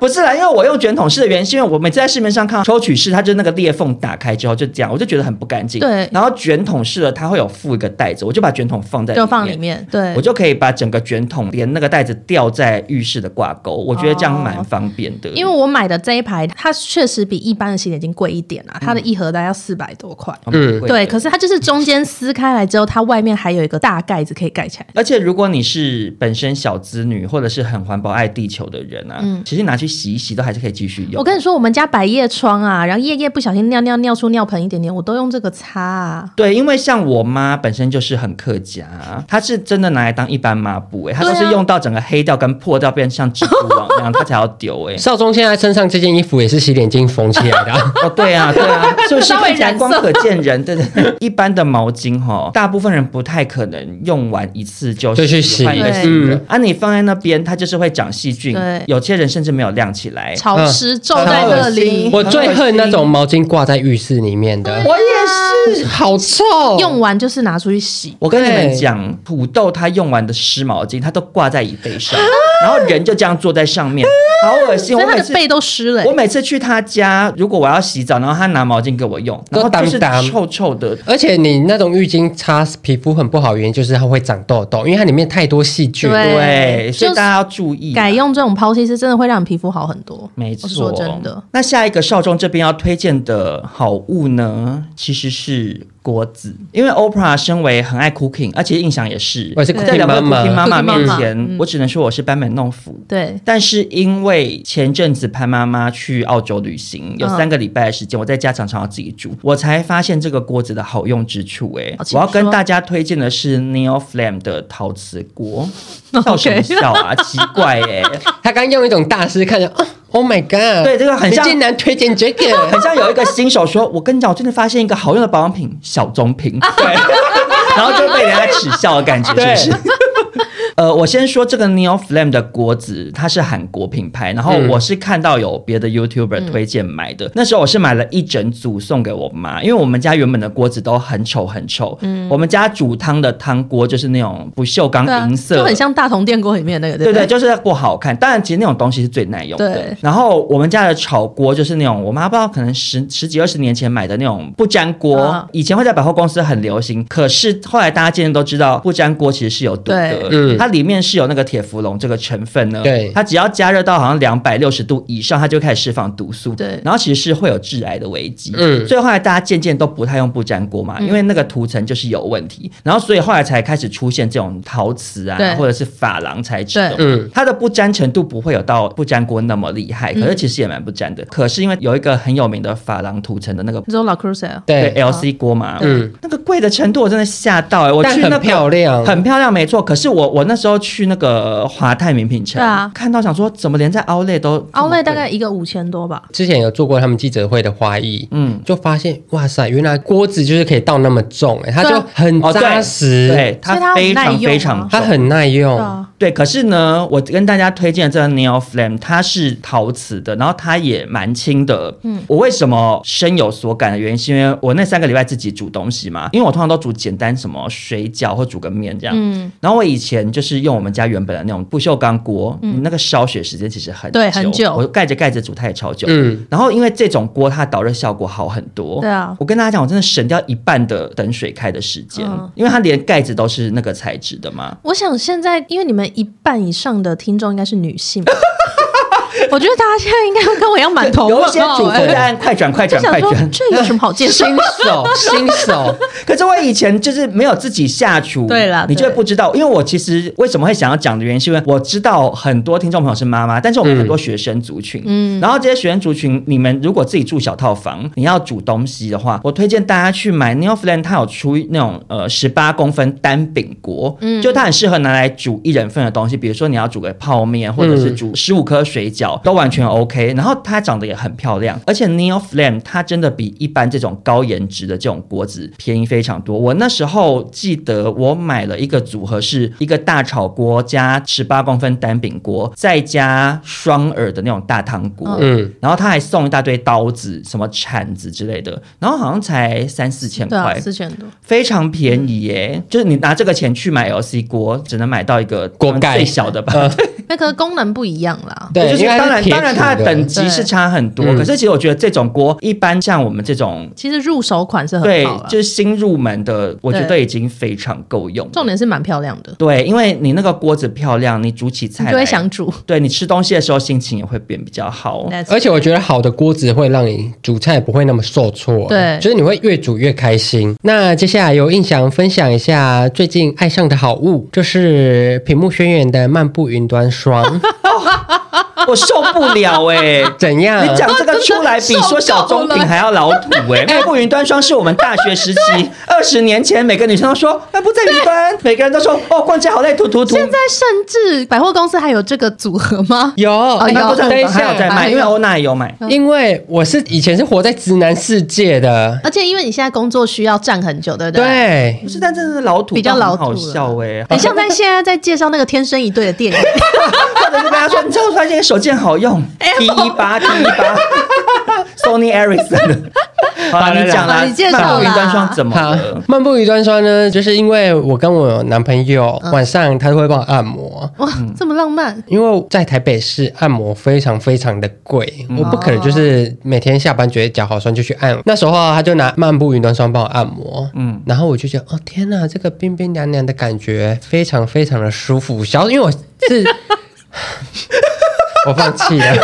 S2: 不是啦，因为我用卷筒式的原因，是因为我每次在市面上看抽取式，它就是那个裂缝打开之后就这样，我就觉得很不干净。
S3: 对
S2: 然后卷筒式的它会有附一个袋子，我就把卷筒放在
S3: 就放里。面，对
S2: 我。就可以把整个卷筒连那个袋子吊在浴室的挂钩，我觉得这样蛮方便的。
S3: 哦因为我买的这一排，它确实比一般的洗脸巾贵一点啊，它的一盒大概要四百多块。
S2: 嗯，
S3: 对，可是它就是中间撕开来之后，它外面还有一个大盖子可以盖起来。
S2: 而且，如果你是本身小资女，或者是很环保、爱地球的人啊，其实拿去洗一洗都还是可以继续用。
S3: 嗯我跟你说，我们家百叶窗啊，然后夜夜不小心尿尿尿出尿盆一点点，我都用这个擦啊。
S2: 对，因为像我妈本身就是很客家，她是真的拿来当一般抹布、欸，她
S3: 对
S2: 都
S3: 啊
S2: 是用到整个黑掉跟破掉变成像蜘蛛网那样，她才要丢、
S3: (laughs)
S2: 欸，
S4: 少中现在身上这件衣服也是洗脸巾缝起来
S2: (laughs)
S4: 的啊，
S2: 哦，对
S3: (laughs)
S2: 啊，对啊，是不是
S3: 稍微
S2: 看起来
S3: 染
S2: 光
S3: 色
S2: 可见人？ (laughs) 对对对，一般的毛巾哈，大部分人不太可能用完一次就
S4: 就去
S2: 洗换一
S4: 洗
S2: 个
S3: 对
S2: 新的。啊，你放在那边，它就是会长细菌
S3: 对，
S2: 有些人甚至没有晾起来。
S3: 潮湿皱在这
S2: 嗯
S3: 里，
S4: 我最恨那种毛巾挂在浴室里面
S3: 啊
S4: 的，
S2: 我也是，
S4: 好臭
S3: 用完就是拿出去洗。
S2: 我跟你们
S4: 对
S2: 讲，土豆它用完的湿毛巾，它都挂在椅背上，然后人就这样坐在上面，好恶心。
S3: 啊所
S2: 我
S3: 以他
S2: 每
S3: 的
S2: 次
S3: 背都湿了、欸
S2: 我啊每次去他家，如果我要洗澡，然后他拿毛巾给我用，然后就是
S4: 都当当
S2: 臭臭的。
S4: 而且你那种浴巾擦皮肤很不好，原因就是它会长痘痘，因为它里面太多细菌。
S3: 对
S2: 对，
S3: 就是
S2: 所以大家要注意啊、
S3: 改用这种抛弃式，真的会让你皮肤好很多。
S2: 没错，
S3: 我是说真的。。
S2: 那下一个少中这边要推荐的好物呢，其实是锅子，因为 Oprah 身为很爱 cooking，而且印象也是，
S4: 我也是
S2: 在
S4: cooking
S2: 两位
S4: 妈妈
S2: cooking 妈妈
S3: cooking 妈
S2: 面
S3: 妈
S2: 前，我只能说我是班门弄斧。
S3: 对，
S2: 但是因为前阵子潘妈妈去澳洲旅行，有
S3: 嗯
S2: 三个礼拜的时间，我在家常常要自己煮，我才发现这个锅子的好用之处、欸。
S3: 好哦请
S2: 我要跟
S3: 说
S2: 大家推荐的是 Neo Flame 的陶瓷锅，笑
S3: (laughs)
S2: 什么笑啊？奇怪哎、
S4: 他刚用一种大师看着、啊 o h my god！
S2: 对这个很像
S4: 你竟然推荐这个
S2: (laughs) 很，像有一个新手说：“我跟你讲，我最近发现一个好用的保养品，小棕
S3: (laughs)
S2: 瓶。”对，然后就被人家耻笑的感觉，
S4: 对
S2: 是不是？ (laughs) 呃，我先说这个 Neo Flame 的锅子，它是韩国品牌，然后
S4: 嗯
S2: 我是看到有别的
S3: 嗯
S2: YouTuber 推荐买的。那时候我是买了一整组送给我妈，因为我们家原本的锅子都很丑很丑，
S3: 嗯
S2: 我们家煮汤的汤锅就是那种不锈钢
S3: 对啊，
S2: 银色，
S3: 就很像大同电锅里面的那个，
S2: 对
S3: 不
S2: 对，就是不好看。当然，其实那种东西是最耐用的
S3: 对。
S2: 然后我们家的炒锅就是那种我妈不知道可能十十几二十年前买的那种不粘锅，
S3: 嗯
S2: 以前会在百货公司很流行，可是后来大家渐渐都知道不粘锅其实是有毒的
S3: 对，
S4: 嗯
S2: 它里面是有那个铁氟龙这个成分呢，
S4: 对
S2: 它只要加热到好像两百六十度以上，它就开始释放毒素，
S3: 对
S2: 然后其实是会有致癌的危机，
S4: 嗯
S2: 所以后来大家渐渐都不太用不粘锅
S3: 嗯
S2: 嘛，因为那个涂层就是有问题，然后所以后来才开始出现这种陶瓷啊
S3: 对
S2: 或者是珐琅材质
S3: 对
S2: 的
S4: 嗯，
S2: 它的不粘程度不会有到不粘锅那么厉害，可是
S3: 嗯
S2: 其实也蛮不粘的。可是因为有一个很有名的珐琅涂层的那个
S3: 你说老 Cruise
S2: 对
S4: 对，
S2: LC 锅嘛，嗯
S4: 嗯，
S2: 那个贵的程度我真的吓到哎、我
S4: 但
S2: 去那
S4: 很
S2: 个
S4: 漂亮，
S2: 很漂亮，没错。可是我我那时候去那个华泰名品城，
S3: 对啊
S2: 看到想说怎么连在 Outlet 都这么
S3: 奥
S2: 贵
S3: 莱大概一个五千多吧，
S4: 之前有做过他们记者会的花艺，
S2: 嗯
S4: 嗯，就发现哇塞，原来锅子就是可以倒那么重、欸，它
S3: 对
S4: 就
S3: 啊
S4: 很
S2: 哦对
S4: 扎实，
S2: 对，
S3: 所以它
S2: 它
S3: 很
S2: 非
S3: 耐
S2: 常
S3: 用
S2: 非
S3: 啊
S2: 常
S4: 它
S2: 重
S4: 很耐用，
S3: 对啊，
S2: 对，可是呢，我跟大家推荐这个 Neo Flame，它是陶瓷的，然后它也蛮轻的。嗯，我为什么深有所感的原因，是因为我那三个礼拜自己煮东西嘛，因为我通常都煮简单什么水饺或煮个面这样。
S3: 嗯，
S2: 然后我以前就是用我们家原本的那种不锈钢锅，你那个烧水时间其实很
S3: 嗯对很久
S2: 我盖着盖着煮它也超久。
S4: 嗯，
S2: 然后因为这种锅它导热效果好很多，
S3: 对啊
S2: 我跟大家讲，我真的省掉一半的等水开的时间，
S3: 嗯
S2: 因为它连盖子都是那个材质的嘛。
S3: 我想现在因为你们一半以上的听众应该是女性吧， (laughs) 我觉得大家现在应该跟我一样满头
S2: (laughs) 有
S3: 问
S2: 一些
S3: 号
S2: 主妇
S3: 哎、
S2: 在按快转快
S3: 就
S2: 转
S3: 想
S2: 快
S3: 说
S2: 转，
S3: 这有什么好介绍
S4: 新？手新
S3: (laughs)
S4: 手，
S2: 可是我以前就是没有自己下厨，
S3: 对啦
S2: 你就会
S3: 对
S2: 不知道。因为我其实为什么会想要讲的原因，是因为我知道很多听众朋友是妈妈，但是我们
S4: 嗯
S2: 很多学生族群，嗯，然后这些学生族群，你们如果自己住小套房，你要煮东西的话，我推荐大家去买 New Flame，它有出那种呃十八公分单饼锅，嗯，就它很适合拿来煮一人份的东西，比如说你要煮个泡面，或者是
S4: 嗯
S2: 煮十五颗水饺都完全 OK。然后它长得也很漂亮，而且 Neo Flame 它真的比一般这种高颜值的这种锅子便宜非常多。我那时候记得我买了一个组合，是一个大炒锅加十八公分单饼锅，再加双耳的那种大汤锅。
S4: 嗯，
S2: 然后他还送一大堆刀子、什么铲子之类的，然后好像才三四千
S3: 对啊，
S2: 块，
S3: 四千多，
S2: 非常便宜耶！就是你拿这个钱去买 LC 锅，只能买到一个
S4: 锅盖嗯
S2: 最小的吧，
S3: 那可是功能不一样啦。
S2: (laughs)
S4: 对，
S2: 就是
S4: 因为
S2: 当
S4: 它
S2: 然
S4: 是铁
S2: 当然它
S4: 质
S2: 的
S4: 的
S2: 等级是差很多，
S4: 嗯
S2: 可是其实我觉得这种锅一般像我们这种。
S3: 其实入手款是很
S2: 对
S3: 好，啦，啊
S2: 就是新入门的，我觉得
S3: 对
S2: 已经非常够用了。
S3: 重点是蛮漂亮的，
S2: 对，因为你那个锅子漂亮，你煮起
S3: 你
S2: 菜
S3: 就会
S2: 来
S3: 想煮。
S2: 对你吃东西的时候心情也会变比较好。
S3: That's-
S4: 而且我觉得好的锅子会让你煮菜不会那么受挫，
S3: 对
S4: 就是你会越煮越开心。那接下来由印象分享一下最近爱上的好物，就是屏幕轩辕的漫步云端
S3: (laughs)
S4: 霜，
S2: (laughs) 我受不了哎、
S4: 怎样？
S2: 你讲这个出来比说小棕瓶还要老土哎、
S3: (laughs)
S2: 欸！漫步云端霜是我们大学时期二十年前，每个女生都说漫步在云端，每个人都说哦逛街好累，涂涂涂。
S3: 现在甚至百货公司还有这个组合吗？
S4: 有，
S2: 漫步在
S4: 等
S2: 云端
S4: 一
S2: 还
S3: 哦
S2: 有在
S4: 下，
S2: 卖，因为欧娜也有
S3: 嗯
S2: 买。
S4: 因为我是以前是活在直男世界的，
S3: 而且因为你现在工作需要站很久，对不对？
S4: 对
S2: 不，是，但真的是老土，
S3: 比较老土
S2: 好
S3: 了
S2: 笑哎、
S3: 很像在现在在介绍那个天生一对
S2: (laughs)
S3: 的电影，
S2: 或者是跟他说，你知道我发现手机很好用，T 一八 T 一八，Sony Ericsson 的。好，
S4: 来
S2: 你讲啦，
S5: 好你介绍啦
S2: 漫步云端霜怎么了？
S4: 漫步云端霜呢，就是因为我跟我男朋友晚上他会帮我按摩。
S3: 哇，
S2: 嗯
S3: 这么浪漫，
S4: 因为在台北市按摩非常非常的贵，我不可能就是每天下班觉得脚好酸就去按。那时候啊他就拿漫步云端霜帮我按摩，嗯，然后我就觉得哦天哪，这个冰冰凉凉的感觉非常非常的舒服。小，因为我是 (laughs) 我放弃了，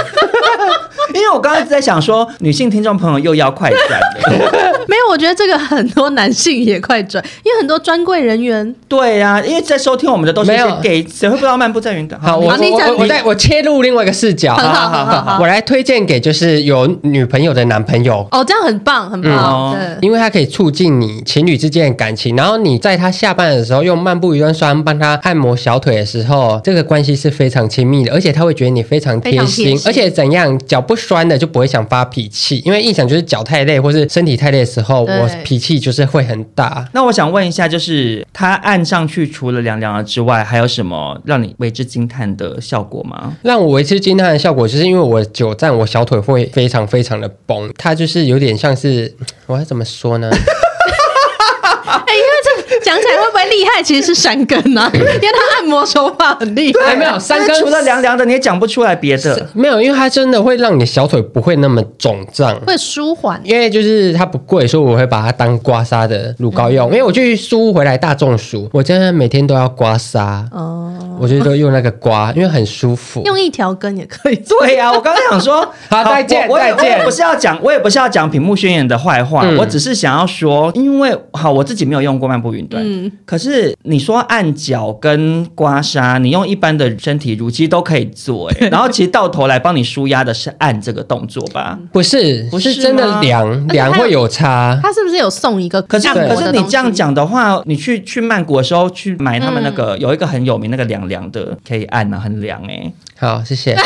S2: 因为我刚刚一直在想说，女性听众朋友又要快转
S4: (laughs)
S2: 了。
S3: (laughs) 没有，我觉得这个很多男性也快转，因为很多专柜人员
S2: 对呀、因为在收听我们的都是一
S4: 没
S2: 些
S4: 有
S2: gay，谁会不知道漫步在云端？
S4: (laughs) 好，我我
S3: 你讲
S4: 我我
S3: 你
S4: 再我切入另外一个视角，
S3: 很好
S2: 好
S3: 很
S2: 好
S3: 好
S2: 好
S3: 好，
S4: 我来推荐给就是有女朋友的男朋友，
S3: 哦，这样很棒很
S2: 哦
S3: 棒，对，
S4: 因为它可以促进你情侣之间的感情。然后你在他下班的时候用漫步云端霜帮他按摩小腿的时候，这个关系是非常亲密的，而且他会觉得你非常贴
S3: 非常
S4: 心，
S3: 贴心
S4: 而且怎样脚不酸的就不会想发脾气，因为印象就是脚太累或是身体太累的时候，
S3: 对
S4: 我脾气就是会很大。
S2: 那我想问一下，就是它按上去除了凉凉的之外，还有什么让你为之惊叹的效果吗？
S4: 让我维持惊叹的效果，就是因为我久站，我小腿会非常非常的崩，它就是有点像是我要怎么说呢？
S2: 哦
S3: 哎，因为这个讲起来会不会厉害？其实是山根
S2: (laughs)
S3: 啊，因为他按摩手法很 (laughs) 厉害。
S4: 哎没有三
S2: 因为
S4: 根
S2: 除了凉凉的，你也讲不出来别的。
S4: 没有，因为它真的会让你小腿不会那么肿胀。
S3: 会舒缓，
S4: 因为就是它不贵，所以我会把它当刮痧的乳膏
S3: 嗯
S4: 用。因为我去苏回来大中暑，我真的每天都要刮痧，
S3: 哦，
S4: 我就都用那个刮，因为很舒服。
S3: 用一条根也可以。
S2: 对呀、我刚刚想说，
S4: 好再见
S2: 我我也
S4: 再见
S2: 我也不是要讲，我也不是要讲屏幕宣言的坏话，
S4: 嗯
S2: 我只是想要说，因为好，我自己没有用过漫步云端，
S3: 嗯
S2: 可是你说按脚跟刮痧，你用一般的身体乳其实都可以做、欸，然后其实到头来帮你舒压的是按这个动作吧。
S4: 不是，
S2: 不是
S4: 是真
S2: 吗
S4: 的凉，
S3: 哎
S4: 凉会有差。
S3: 他是不是有送一个
S2: 可是
S3: 按摩
S2: 可
S3: 的
S2: 是
S3: 东
S2: 你
S3: 西
S2: 这样，讲的话，你去去曼谷的时候去买他们那个、有一个很有名那个凉凉的，可以按啊，很凉哎、
S4: 好，谢
S3: (laughs)
S4: 谢。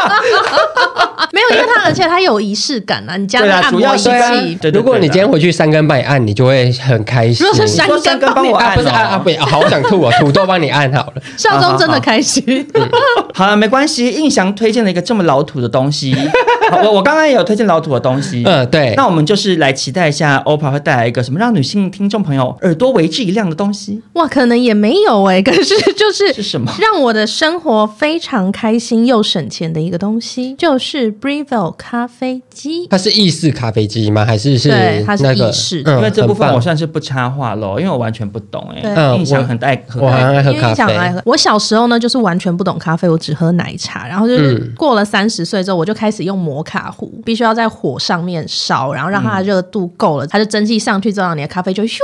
S3: 啊没有，因为他而且他有仪式感啊，你加
S2: 对
S3: 了
S2: 啊
S3: 按
S2: 主要
S3: 摩仪
S2: 是对啊
S3: 器，
S2: 对对
S4: 如果你今
S2: 对
S4: 天回去三根帮你按，你就会很开心
S3: 如。果是
S2: 你说
S3: 山根
S2: 帮
S3: 帮
S2: 我
S3: 我
S2: 按、
S4: 啊，
S2: 哦
S4: 不是按啊，不要，好想吐啊！土豆帮你按好
S3: (laughs)
S4: 了。
S3: 少宗真的开心。
S2: (laughs) 好了，没关系。印翔推荐了一个这么老土的东西， (laughs) 好我我刚刚也有推荐老土的东西。
S4: 嗯，对
S2: 那。我们就是来期待一下 OPPO 会带来一个什么让女性听众朋友耳朵为之一亮的东西。
S3: 哇，可能也没有哎、 (laughs) 可是就是
S2: 是什么
S3: 让我的生活非常开心又省钱的一个东西，就是 Breville 咖啡机。
S4: 它是意式咖啡机吗？还是是
S3: 对它是
S4: 那个
S3: 意式？
S4: 嗯
S2: 因为这部分
S4: 很棒
S2: 我算是不插话喽，因为我完全不懂哎、
S3: 对
S2: 欸。
S4: 嗯
S2: 印象
S4: 我
S2: 很爱喝
S4: 我
S2: 咖啡
S4: 很爱喝
S3: 因为
S4: 咖
S3: 你想
S4: 啡。
S3: 来喝，我小时候呢就是完全不懂咖啡，我只喝奶茶。然后就是过了三十岁之后，我就开始用摩卡壶，必须要在火上面烧，然后让它的热度够了，它就蒸汽上去之后，然后你的咖啡就咻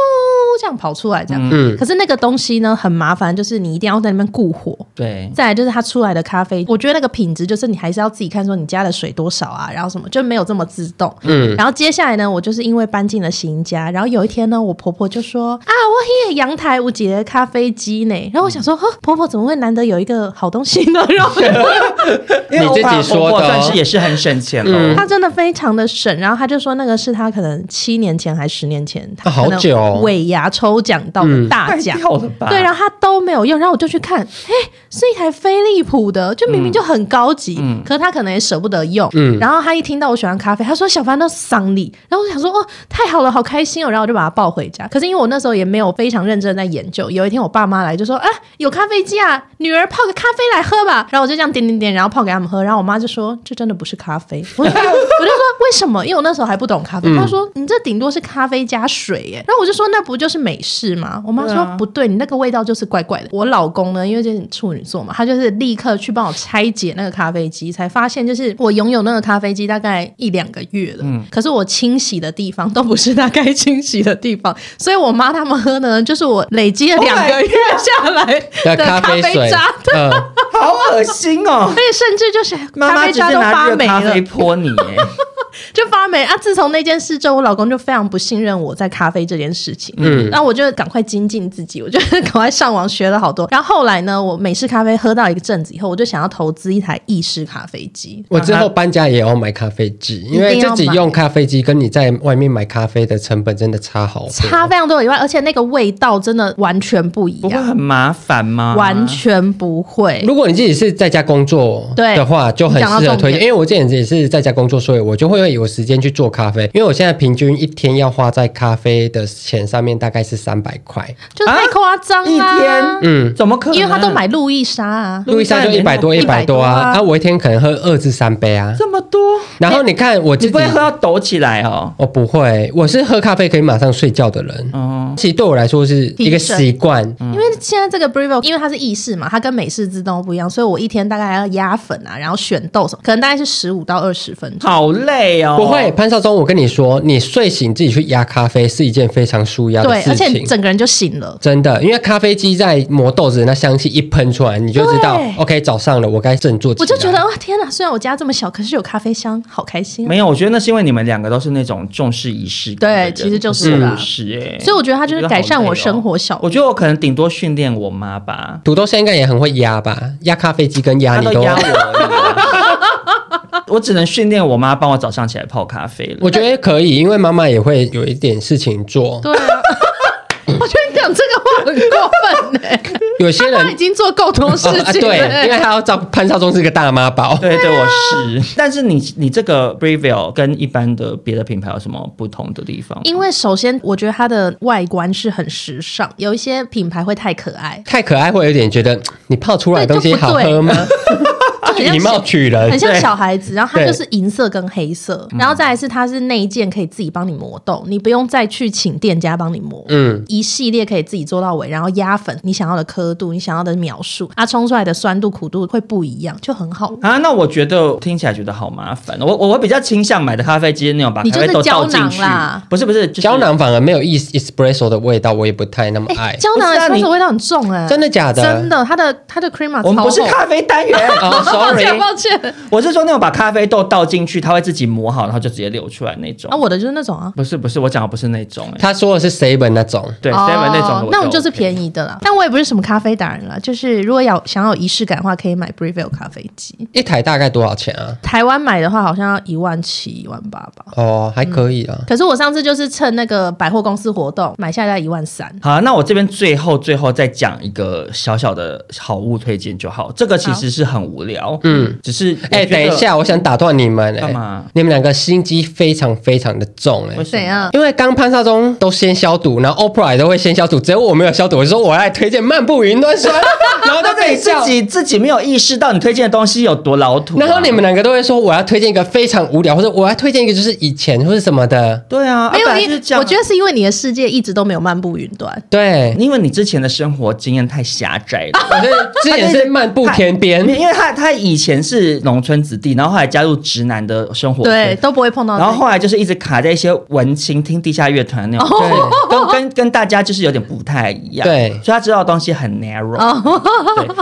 S3: 这样跑出来，这样。
S4: 嗯
S3: 可是那个东西呢很麻烦，就是你一定要在那边固火，
S2: 对，
S3: 再来就是它出来的咖
S4: 嗯
S3: 啡，我觉得那个品质就是你还是要自己看说你加的水多少啊，然后什么就没有这么自动。
S4: 嗯，
S3: 然后接下来呢，我就是因为搬进了新家，然后有一天呢，我婆婆就说啊，我黑阳台有几个咖啡机呢，然后我想说，呵，婆婆怎么会难得有一个好东西
S4: (laughs)
S3: 呢？然后
S2: 因为
S4: 你自己
S2: OPPO
S4: 说的哦
S2: 算是也是很省钱喽。
S4: 嗯
S3: 她真的非常的省，然后她就说那个是她可能七年前还十年前，她
S4: 啊好
S3: 可能
S4: 久哦嗯
S3: 尾牙抽奖到的大
S2: 太
S3: 奖。
S2: 掉了吧？
S3: 对，然后他都没有用，然后我就去看，哎，是一台飞利浦的，就
S2: 嗯
S3: 明明就很高级，可是他可能也舍不得用。
S4: 嗯
S3: 然后他一听到我喜欢咖啡，他说小凡都丧礼，然后我想说哦，太好了，好开心哦，然后我就把它抱回家。可是因为我那时候也没有非常认真地在研究，有一天我爸妈来就说，啊，有咖啡机啊，女儿泡个咖啡来喝吧。然后我就这样点点点，然后泡给他们喝，然后我妈就说这真的不是咖啡， (laughs) 我就我就说为什么？因为我那时候还不懂咖啡，她说你这顶多是咖啡加水耶。然后我就说那不就是美式吗？我妈
S2: 对
S3: 说
S2: 啊
S3: 不对，你那个味道就是怪怪的。我老公呢，因为就是处女座嘛，他就是立刻去帮我拆解那个咖啡机，才发现就是我拥有那个咖啡机大概一两个月了，
S4: 嗯
S3: 可是我清洗的地方都不是大概清洗的地方， (laughs) 所以我妈他们喝呢，就是我累积了
S2: Oh my
S3: 两个月下来
S4: 那
S3: 的
S4: 哦咖
S3: 啡
S4: 水
S3: 渣，，
S4: 嗯，
S2: 好恶心
S3: (laughs)
S2: 哦
S3: 而！且甚至就是
S2: 妈
S3: 咖
S2: 妈
S3: 啡
S2: 直
S3: 渣
S2: 接
S3: 都
S2: 拿
S3: 发
S2: 热
S3: 霉
S2: 咖
S3: 了
S2: 啡，泼你、欸，
S3: 就发霉啊！自从那件事之后，我老公就非常不信任我在咖啡这件事情。嗯，那我就赶快精进自己，我就赶快上网学了好多。然后后来呢，我美式咖啡喝到一个阵子以后，我就想要投资一台意式咖啡机。
S4: 我之后搬家也要买咖啡机，因
S3: 一
S4: 为
S3: 定要
S4: 自己用咖啡机跟你在外面买咖啡的成本真的差好多。
S3: 差非常多以外，而且那个味道真的完全不一
S2: 不会
S3: 样，
S2: 很麻烦吗？
S3: 完全不会。
S4: 如果你自己是在家工作
S3: 对
S4: 的话，就很
S3: 你
S4: 适
S3: 讲
S4: 合
S3: 到
S4: 推
S3: 重
S4: 荐。
S3: 点
S4: 因为我之前也是在家工作，所以我就会有时间间去做咖啡，因为我现在平均一天要花在咖啡的钱上面大概是三百块，
S3: 就是太夸张
S2: 啊一天
S3: 啦，
S4: 嗯，
S2: 怎么可能？
S3: 啊因为他都买路易莎啊，
S4: 路易莎就一百多一百多啊，啊，我一天可能喝二至三杯啊，
S2: 这么多，
S4: 然后你看我自
S2: 你
S4: 己
S2: 不会喝到抖起来哦？
S4: 我不会，我是喝咖啡可以马上睡觉的人。
S2: 哦，
S4: 其实对我来说是一个习惯，
S3: 因为现在这个 Brivo，因为它是意式嘛，它跟美式自动不一样，所以我一天大概还要压粉啊，然后选豆什么，可能大概是十五到二十分钟。
S2: 好累哦。
S4: 不会。潘少忠，我跟你说，你睡醒自己去压咖啡是一件非常舒压的
S3: 对，
S4: 事
S3: 而且
S4: 情
S3: 你。整个人就醒了。
S4: 真的，因为咖啡机在磨豆子，那香气一喷出来，你就知道
S3: 对
S4: ，OK，早上了，我该振作起来。
S3: 我就觉得哇，天哪！虽然我家这么小，可是有咖啡香，好开心、啊。
S2: 没有，我觉得那是因为你们两个都是那种重视仪式感的人。
S3: 对其实就是啦
S2: 不是哎、
S3: 所以我觉得它就是改善我生活小
S2: 我觉得我可能顶多训练我妈吧，
S4: 土豆现在应该也很会压吧，压咖啡机跟压
S2: 她
S4: 你
S2: 都
S4: 都。
S2: 压我而已。
S3: (laughs)
S2: 我只能训练我妈帮我早上起来泡咖啡了。
S4: 我觉得可以，因为妈妈也会有一点事情做。
S3: 对啊， (laughs) 我觉得你讲这个话很过分呢、
S4: (laughs) 有些人
S3: 他已经做够多事
S4: 啊，
S3: 情了、欸
S4: 对，因为他要照潘少忠是个大妈宝。
S3: 啊
S2: 对对，我是。但是你你这个 Breville 跟一般的别的品牌有什么不同的地方吗？
S3: 因为首先，我觉得它的外观是很时尚，有一些品牌会太可爱，
S4: 太可爱会有点觉得你泡出来的东西好喝吗？
S3: 就很
S4: 以
S3: 像
S4: 啊貌
S3: 小
S4: 取人，
S3: 很
S2: (laughs)
S3: 像
S2: 对嗯
S3: 小孩子。然后它
S4: 对
S3: 就是银色跟黑色，然后再来是它是内件可以自己帮你磨豆，你不用再去请店家帮你磨。
S4: 嗯，
S3: 一系列可以自己做到尾，然后压粉你想要的刻度，你想要的描述，它冲出来的酸度、苦度会不一样，就很好。
S2: 啊，那我觉得听起来觉得好麻烦。哦我我会比较倾向买的咖啡机是那种把
S3: 你
S2: 咖啡
S3: 就是
S2: 豆倒进
S3: 胶
S2: 去
S3: 囊啦，
S2: 不是不是、就是
S4: 胶囊反而没有 es espresso 的味道，我也不太那么
S3: 哎、
S4: 爱。
S3: 胶囊
S2: 不是啊
S3: espresso
S2: 你
S3: 味道很重哎、
S4: 真的假的？
S3: 真。的，它的它的 crema
S2: (laughs) 我们不是
S3: 超厚 (laughs)
S2: 咖啡单元，
S4: 哦
S3: 抱
S4: ，sorry、s o
S3: 歉
S4: r r y
S3: 抱歉
S2: (laughs) 我是说那种把咖啡豆倒进去，它会自己磨好，然后就直接流出来那种。
S3: 啊，我的就是那种啊。
S2: 不是不是，我讲的不是那种、欸，
S4: 他说的是 seven 那种，
S2: (laughs) 对
S3: 哦
S2: seven 那种的，
S3: 那我们就是便
S2: 宜。
S3: 宜的啦。但我也不是什么咖啡达人啦，就是如果要想要有仪式感的话，可以买 Breville 咖啡机。
S4: 一台大概多少钱啊？
S3: 台湾买的话，好像要一万七、一万八吧。
S4: 哦，还可以啊。
S3: 可是我上次就是趁那个百货公司活动买下来一万三，
S2: 好，那我这边最后最后再讲一个小小的好物推荐就好。这个其实是很无聊，嗯，只是
S4: 哎、等一，下，我想打断你们、哎，
S2: 干嘛
S4: 你们两个心机非常非常的重、哎
S2: 为。什
S3: 怎
S2: 么？
S3: 样？
S4: 因为刚潘少忠都先消毒，然后 OPRA 也都会先消毒，只有我没有消毒。我就说我来推荐漫步云
S2: (laughs)
S4: 端酸，然
S2: 然
S4: 后都
S2: 后
S4: 被
S2: 你
S4: 你叫
S2: 自己自己没有意识到你推荐的东西有多老土啊、
S4: 然后你们两个都会说我要推荐一个非常无聊，或者我要推荐一个就是以前或是什么的，
S2: 对啊，
S3: 没有
S2: 啊本来
S3: 因
S2: 就是这样啊
S3: 我觉得是因为你的世界一直都没有漫步云端。
S4: 对，
S2: 因为你之前的生活经验太狭窄了。
S4: 我是之前是漫步
S2: (laughs)
S4: 田
S2: 因为
S4: 边，
S2: 因为他他以前是农村子弟，然后后来加入直男的生活圈
S3: 对，都不会碰到。
S2: 然后后来就是一直卡在一些文青听地下乐团那种，
S3: 哦
S2: 对，跟跟跟大家就是有点不太一样，
S4: 对
S2: 所以他知道的东西很 narrow。对，
S3: 哦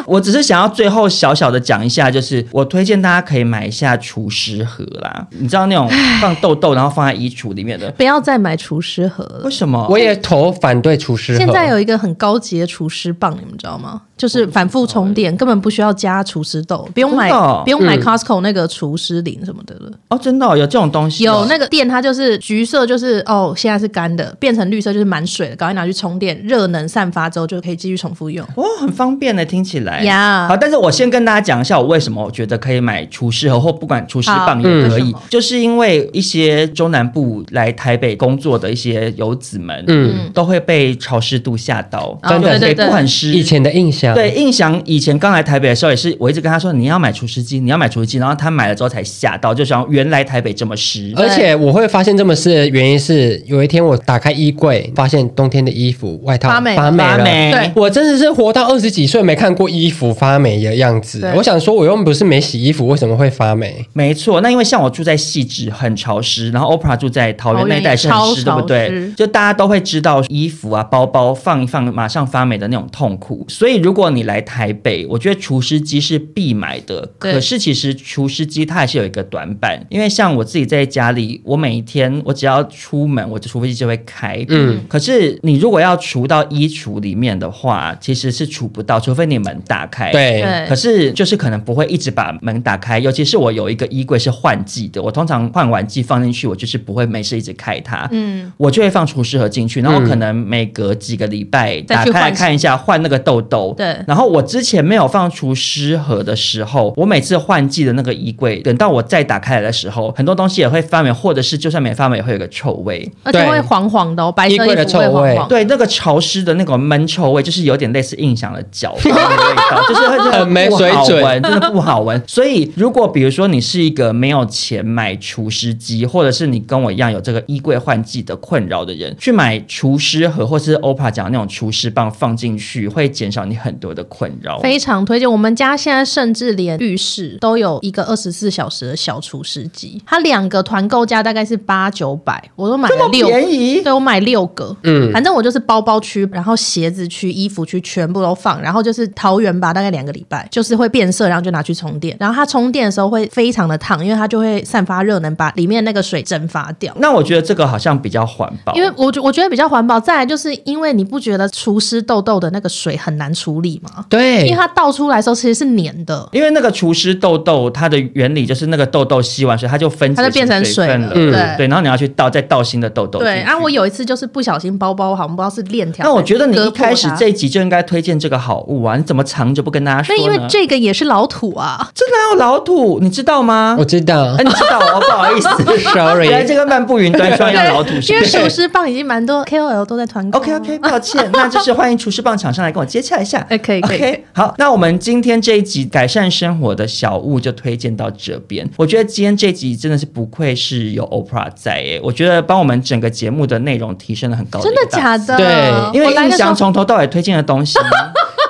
S2: 我只是想要最后小小的讲一下，就是我推荐大家可以买一下除湿盒啦，你知道那种放豆豆然后放在衣橱里面的，
S3: 不要再买厨师盒了
S2: 为。什么？
S4: 我也投反对厨师盒。
S3: 现在有一个很高级的厨师棒，你们知道吗？就是反复充电，根本不需要加厨师豆，不用买，
S2: 哎真的哦
S3: 不用买 Costco 那个厨师铃什么的了。
S2: 哦，真的哦、有这种东西哦、
S3: 有那个电，它就是橘色，就是哦，现在是干的，变成绿色就是满水的，赶快拿去充电，热能散发之后就可以继续重复用。
S2: 哦，很方便的，听起来。
S3: 呀
S2: 好，但是我先跟大家讲一下，我为什么我觉得可以买厨师盒，或不管厨师棒
S3: 好嗯
S2: 也可
S3: 为什
S2: 以
S3: 么，
S2: 就是因为一些中南部来台北工作的一些游子们，嗯，都会被潮湿度吓到，
S3: 哦
S2: 就
S3: 对
S2: 北
S3: 对对
S2: 部很湿。
S4: 以前的印象，
S2: 对，印象以前刚来台北的时候，也是我一直跟他说你要买除湿机，你要买除湿机，然后他买了之后才吓到，就想原来台北这么湿。
S4: 而且我会发现这么是的原因是，有一天我打开衣柜，发现冬天的衣服外套
S3: 发霉
S4: 霉
S2: 发
S4: 了。
S2: 霉
S3: 对
S4: 我真的是活到二十几岁没看过衣服发霉的样子
S3: 对。
S4: 我想说，我又不是没洗衣服，为什么会发霉？
S2: 没错，那因为像我住在细致，很潮湿，然后 OPRA 住在桃园那一带是很湿，对
S3: 桃园也
S2: 不
S3: 超潮
S2: 对
S3: 湿？
S2: 就大家都会知道衣服啊、包包放一放，马上发霉的那种痛苦。所以如果你来台北，我觉得除湿机是必买的。
S3: 对
S2: 可是其实除湿机它还是有一个短板，因为像我自己在家里，我每一天我只要出门，我的除湿机就会开。嗯，可是你如果要除到衣橱里面的话，其实是除不到，除非你门打开。
S4: 对，
S3: 对
S2: 可是就是可能不会一直把门打开，尤其是我有一个衣柜是换季的，我通常换完季放进去，我就是不会没事一直开它，嗯，我就会放除湿盒进去，然后我可能每隔几个礼拜打
S3: 再去
S2: 开来
S3: 换
S2: 看一下，换那个痘痘，
S3: 对
S2: 然后我之前没有放除湿盒的时候，我每次换季的那个衣柜，等到我再打开来的时候，很多东西也会发霉，或者是就算没发霉也会有个臭味。
S3: 而且会黄黄的哦，白色衣服
S4: 衣柜的臭
S3: 会黄
S4: 味
S3: 黄。，
S2: 对，那个潮湿的那种闷臭味，就是有点类似印象的
S4: (laughs)
S2: 脚的味道，就是会真的
S4: 很没水
S2: 不好
S4: 准
S2: 闻，真的不好闻。所以，如果比如说你是一个没有钱买除湿机，或者是你跟我一样有这个衣柜换季的困扰的人，去买除湿盒或是 OPPO 讲的那种除湿棒放进去，会减少你很多的困扰。
S3: 非常推荐。我们家现在甚至连浴室都有一个二十四小时的小除湿机，它两个团购价大概是八九百，我都买了六，
S2: 便宜
S3: 对我买六个，嗯，反正我就是包包区，然后鞋子区、衣服区全部都放，然后就是桃园吧，大概两个礼拜，就是会变色，然后就拿去充电，然后它充电的时候会非常的烫，因为它就会散发热能，把里面那个水蒸发掉。
S2: 那我觉得这个好像比较环保，
S3: 因为我觉我觉得比较环保，再来就是因为你不觉得除湿痘痘的那个水很难处理吗？因为
S4: 对，
S3: 它倒出来的时候其实是黏的，
S2: 因为那个除湿痘痘，它的原理就是那个痘痘吸完水，它就分解
S3: 它就变成
S2: 水
S3: 水
S2: 分
S3: 了
S2: 对
S3: 对
S2: 对，然后你要去倒再倒新的痘痘进去。
S3: 对，啊，我有一次就是不小心包包好像不知道是链条，
S2: 那我觉得你一开始
S3: 割破它
S2: 这一集就应该推荐这个好物啊，你怎么藏着不跟大家说
S3: 那
S2: 呢？
S3: 因为这个也是老土啊，
S2: 这哪有老土，你知道吗
S4: 我？知道
S2: (laughs) 哎、你知道哦，不好意
S3: (laughs)
S2: 思
S4: ，sorry，
S2: 原来这个漫步云端双样老土是
S3: 因为
S2: 不是
S3: 厨师棒已经蛮多 KOL 都在团购啊。
S2: OK OK，抱歉，那就是欢迎厨师棒厂商来跟我接洽一
S3: (laughs)
S2: 下。
S3: 哎可以可以
S2: OK，好，那我们今天这一集改善生活的小物就推荐到这边。我觉得今天这集真的是不愧是有 OPRA 在诶、我觉得帮我们整个节目的内容提升了很高
S3: 真的
S2: 一个档次
S3: 假的？
S4: 对
S2: 因为
S3: 我来
S2: 印
S3: 的时
S2: 象
S3: 候
S2: 从头到尾推荐的东
S3: (laughs)
S2: 西，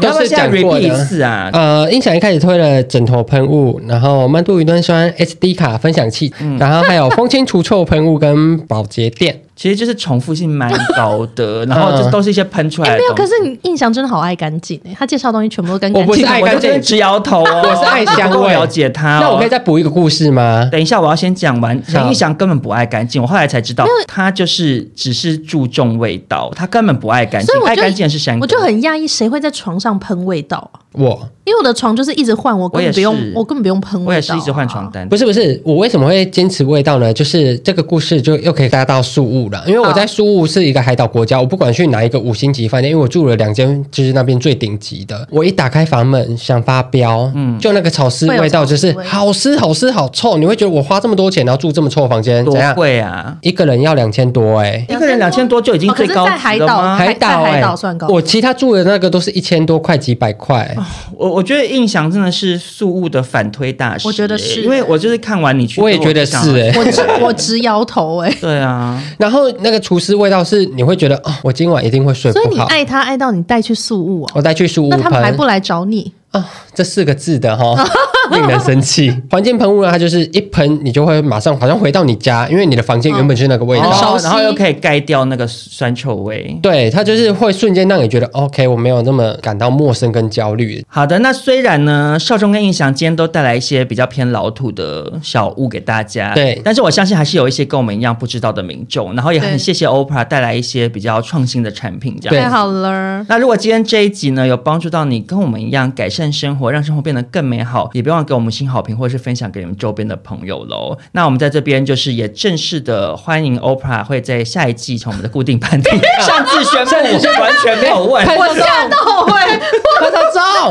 S2: 你要不要现在
S4: 都是讲过
S2: repeat
S4: 的
S2: 一次啊？
S4: 呃，音响一开始推了枕头喷雾，然后漫步云端酸 SD 卡分享器，
S2: 嗯
S4: 然后还有风清除臭喷雾跟保
S2: (laughs)
S4: 洁垫。
S2: 其实就是重复性蛮高
S4: 嗯
S2: 的，然后这都是一些喷出来的
S3: 哎没有，
S2: 东
S3: 可
S2: 西。
S3: 是你印象真的好爱干净欸诶，他介绍的东西全部都干
S4: 我
S3: 干
S4: 不是
S3: 净。
S4: 爱
S2: 我
S4: 干
S2: 就真的
S4: 净，
S2: 直摇头哦，
S4: 我是爱香味
S2: 你不够了解他、哦。
S4: 那我可以再补一个故事吗？
S2: 等一下，我要先讲完。
S4: 好
S2: 陈意翔根本不爱干净，我后来才知道，他就是只是注重味道，他根本不爱干净
S3: 所以。我就
S2: 爱干净的是山哥，
S3: 我就很讶异，谁会在床上喷味道啊？
S4: 我
S3: 因为我的床就是一直换，我根
S2: 我也
S3: 本
S2: 是
S3: 不用，我根本不用喷味道啊。
S2: 我也是一直换床单。
S4: 不是不是，我为什么会坚持味道呢？就是这个故事就又可以搭到宿务了，因为我在宿务是一个海岛国家，我不管去哪一个五星级饭店，因为我住了两间，就是那边最顶级的。我一打开房门想发飙，嗯，就那个潮湿
S3: 会有
S4: 味道，
S3: 潮湿
S4: 就是
S3: 味
S4: 好湿好湿好臭，你会觉得我花这么多钱，然后住这么臭的房间，怎
S2: 多
S4: 样？
S2: 贵啊！
S4: 一个人要两千多哎、
S2: 一个人两千多就已经
S3: 哦可
S2: 最
S3: 是
S2: 高
S3: 在海
S2: 级了
S3: 岛
S2: 吗？
S3: 还
S4: 海岛
S3: 在
S4: 哎、
S3: 海岛算高哦
S4: 我其他住的那个都是一千多块、几百块。
S2: 我我觉得印象真的是宿务的反推大师、
S3: 我觉得是
S2: 欸因为我就是看完你去，
S4: 我也觉得
S2: 就想
S4: 是哎、
S3: 我直 (laughs) 我直摇头哎
S2: (laughs)
S3: 诶。
S2: 对啊，
S4: 然后那个厨师味道是你会觉得哦，我今晚一定会睡
S3: 所以
S4: 不
S3: 你
S4: 好。
S3: 爱他爱到你带去宿务哦，
S4: 我再去输五
S3: 那
S4: 盆
S3: 他们还不来找你？
S4: 啊，这四个字的哈， (laughs) 令人生气。环境喷雾呢，它就是一喷你就会马上好像回到你家，因为你的房间原本就是那个味道。
S3: 很
S2: 哦
S3: 熟悉
S2: 然后又可以盖掉那个酸臭味。
S4: 对，它就是会瞬间让你觉得 OK，我没有那么感到陌生跟焦虑。
S2: 好的，那虽然呢，少中跟印翔今天都带来一些比较偏老土的小物给大家，
S4: 对
S2: 但是我相信还是有一些跟我们一样不知道的民众，然后也很
S3: 对
S2: 谢谢 OPRA 带来一些比较创新的产品，这样。
S4: 对
S3: 太好了。
S2: 那如果今天这一集呢有帮助到你，跟我们一样改善生活，让生活变得更美好，也别忘了给我们新好评，或是分享给你们周边的朋友喽。那我们在这边就是也正式的欢迎 OPRA 会在下一季从我们的固定班底上次宣布，我完全没有问，
S4: 潘少
S3: 吓
S4: 忠，
S3: 到我欸！
S4: 潘少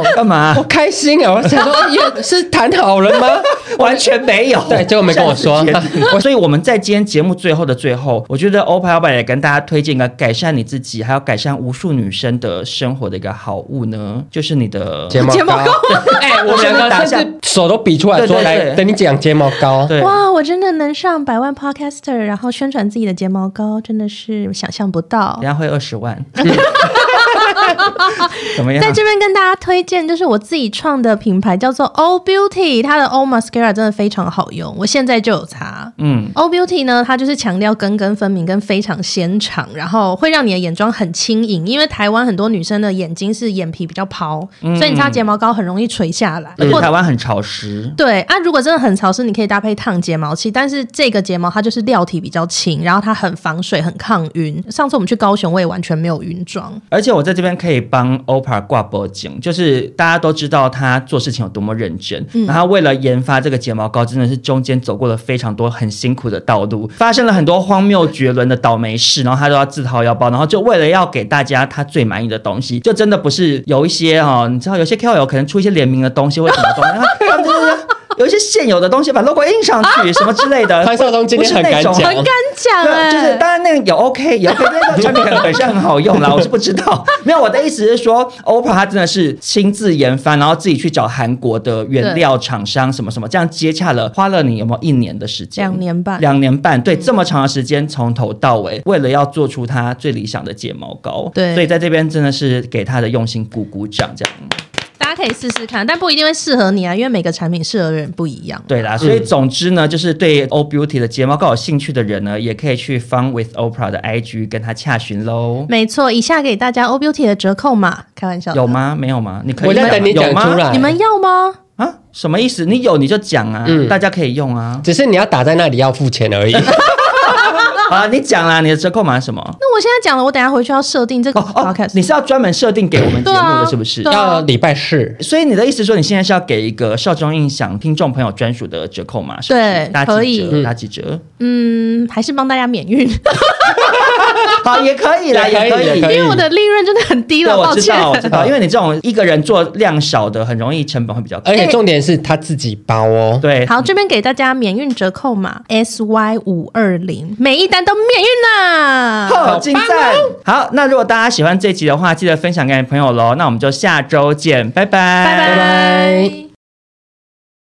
S4: 忠，
S2: 干嘛
S4: 啊我？开心啊！我想说，耶，是谈好了吗？
S2: (laughs) 完全没有，
S4: 对结果没跟我说 (laughs)
S2: 我所以我们在今天节目最后的最后，我觉得欧 p 老板也跟大家推荐一个改善你自己，还有改善无数女生的生活的一个好物呢，就是你的
S4: 睫
S2: (laughs)
S4: 毛
S3: 睫毛
S4: 膏，哎， (laughs) 我们两个甚至手都比出来
S2: 对
S4: 说，
S2: 对对
S4: 来等你讲睫毛膏。
S2: 对。
S3: 哇，我真的能上百万 podcaster，然后宣传自己的睫毛膏，真的是想象不到
S2: 等一。下会二十
S4: (laughs)
S2: 万， (laughs) 怎么样
S3: 在？
S4: 嗯
S3: 这边跟大家推荐，就是我自己创的品牌叫做 O Beauty，它的 O Mascara 真的非常好用，我现在就有擦。
S2: 嗯，
S3: O Beauty 呢，它就是强调根根分明跟非常纤长，然后会让你的眼妆很轻盈，因为台湾很多女生的眼睛是眼皮比较抛，
S2: 嗯
S3: 所以你擦睫毛膏很容易垂下来，
S2: 而且
S3: 或
S2: 台湾很潮湿，
S3: 对啊，如果真的很潮湿，你可以搭配烫睫毛器，但是这个睫毛它就是料体比较轻，然后它很防水、很抗晕。上次我们去高雄，我也完全没有晕妆。
S2: 而且我在这边可以帮 OPRA 挂脖颈，就是大家都知道他做事情有多么认真，
S4: 嗯
S2: 然后为了研发这个睫毛膏，真的是中间走过了非常多很辛苦的道路，发生了很多荒谬绝伦的倒霉事，然后他都要自掏腰包，然后就为了要给大家他最满意
S4: (laughs)
S2: 的东西，就真的不是有一些哦，你知道有些 KOL 可能出一些联名的东西或什么东西，然后他们就有一些现有的东西把 logo 印上去什么之类
S4: (laughs)
S2: 的。
S4: 潘少忠今天很敢讲
S2: (laughs) 不是那
S3: 很
S2: 种
S3: 敢
S2: (laughs)
S3: 讲
S2: 对，
S3: 哎、
S2: 就是当然那个有 OK 有
S3: (laughs)
S2: OK，那个产品可能本身很好用啦，我是不知道。 (laughs) 没有，我的意思是说，OPPO 它真的是亲自研发，然后自己去找韩国的原料厂商什么什么，这样接洽了，花了你有没有一年的时间？
S3: 两年半嗯
S2: 两年半，对，这么长的时间从头到尾，为了要做出它最理想的睫毛膏，
S3: 对
S2: 所以在这边真的是给它的用心鼓鼓掌，这样。
S3: 大家可以试试看，但不一定会适合你啊，因为每个产品适合的人不一样。
S2: 对啦，所以总之呢，就是对 O Beauty 的睫毛膏有兴趣的人呢，也可以去 Fun with Oprah 的 IG 跟他洽询喽。
S3: 没错，以下给大家 O Beauty 的折扣码，开玩笑的
S2: 有？吗？没有吗？你可以
S4: 我在
S2: 讲
S4: 等你讲
S2: 有吗
S4: 出来，
S3: 你们要吗？
S2: 啊？什么意思？你有你就讲啊，
S4: 嗯
S2: 大家可以用啊。
S4: 只是你要打在那里要付钱
S2: (laughs)
S4: 而已。
S2: 好啊，你讲啦，你的折扣码是什么？
S3: 那我现在讲了，我等一下回去要设定这个
S2: 哦哦
S3: podcast。，
S2: 你是要专门设定给我们节
S3: 对
S2: 目
S3: 啊
S2: 的，是不是
S3: 对？啊
S4: 要礼拜四，
S2: 所以你的意思说，你现在是要给一个少中印象听众朋友专属的折扣码？是不是
S3: 对
S2: 打
S3: 可
S2: 几
S3: 以
S2: 折？打几折？
S3: 嗯，还是帮大家免运，
S2: 好，也可以啦，
S4: 也可以
S2: 也可
S4: 也可以
S2: 以。
S3: (laughs) 因为我的利润真的很低
S2: 对，
S3: 了，
S2: 我
S3: 抱
S2: 知
S3: 歉。
S2: 道，我知道，因为你这种一个人做量小的，很容易成本会比较高。
S4: 而且重点是他自己包哦。
S2: 对，
S3: 好，这边给大家免运折扣码 S Y 五二零，每一单都免运啊啦。
S2: 好精湛！好，那如果大家喜欢这集的话，记得分享给你朋友喽。那我们就下周见，拜拜，
S3: 拜拜。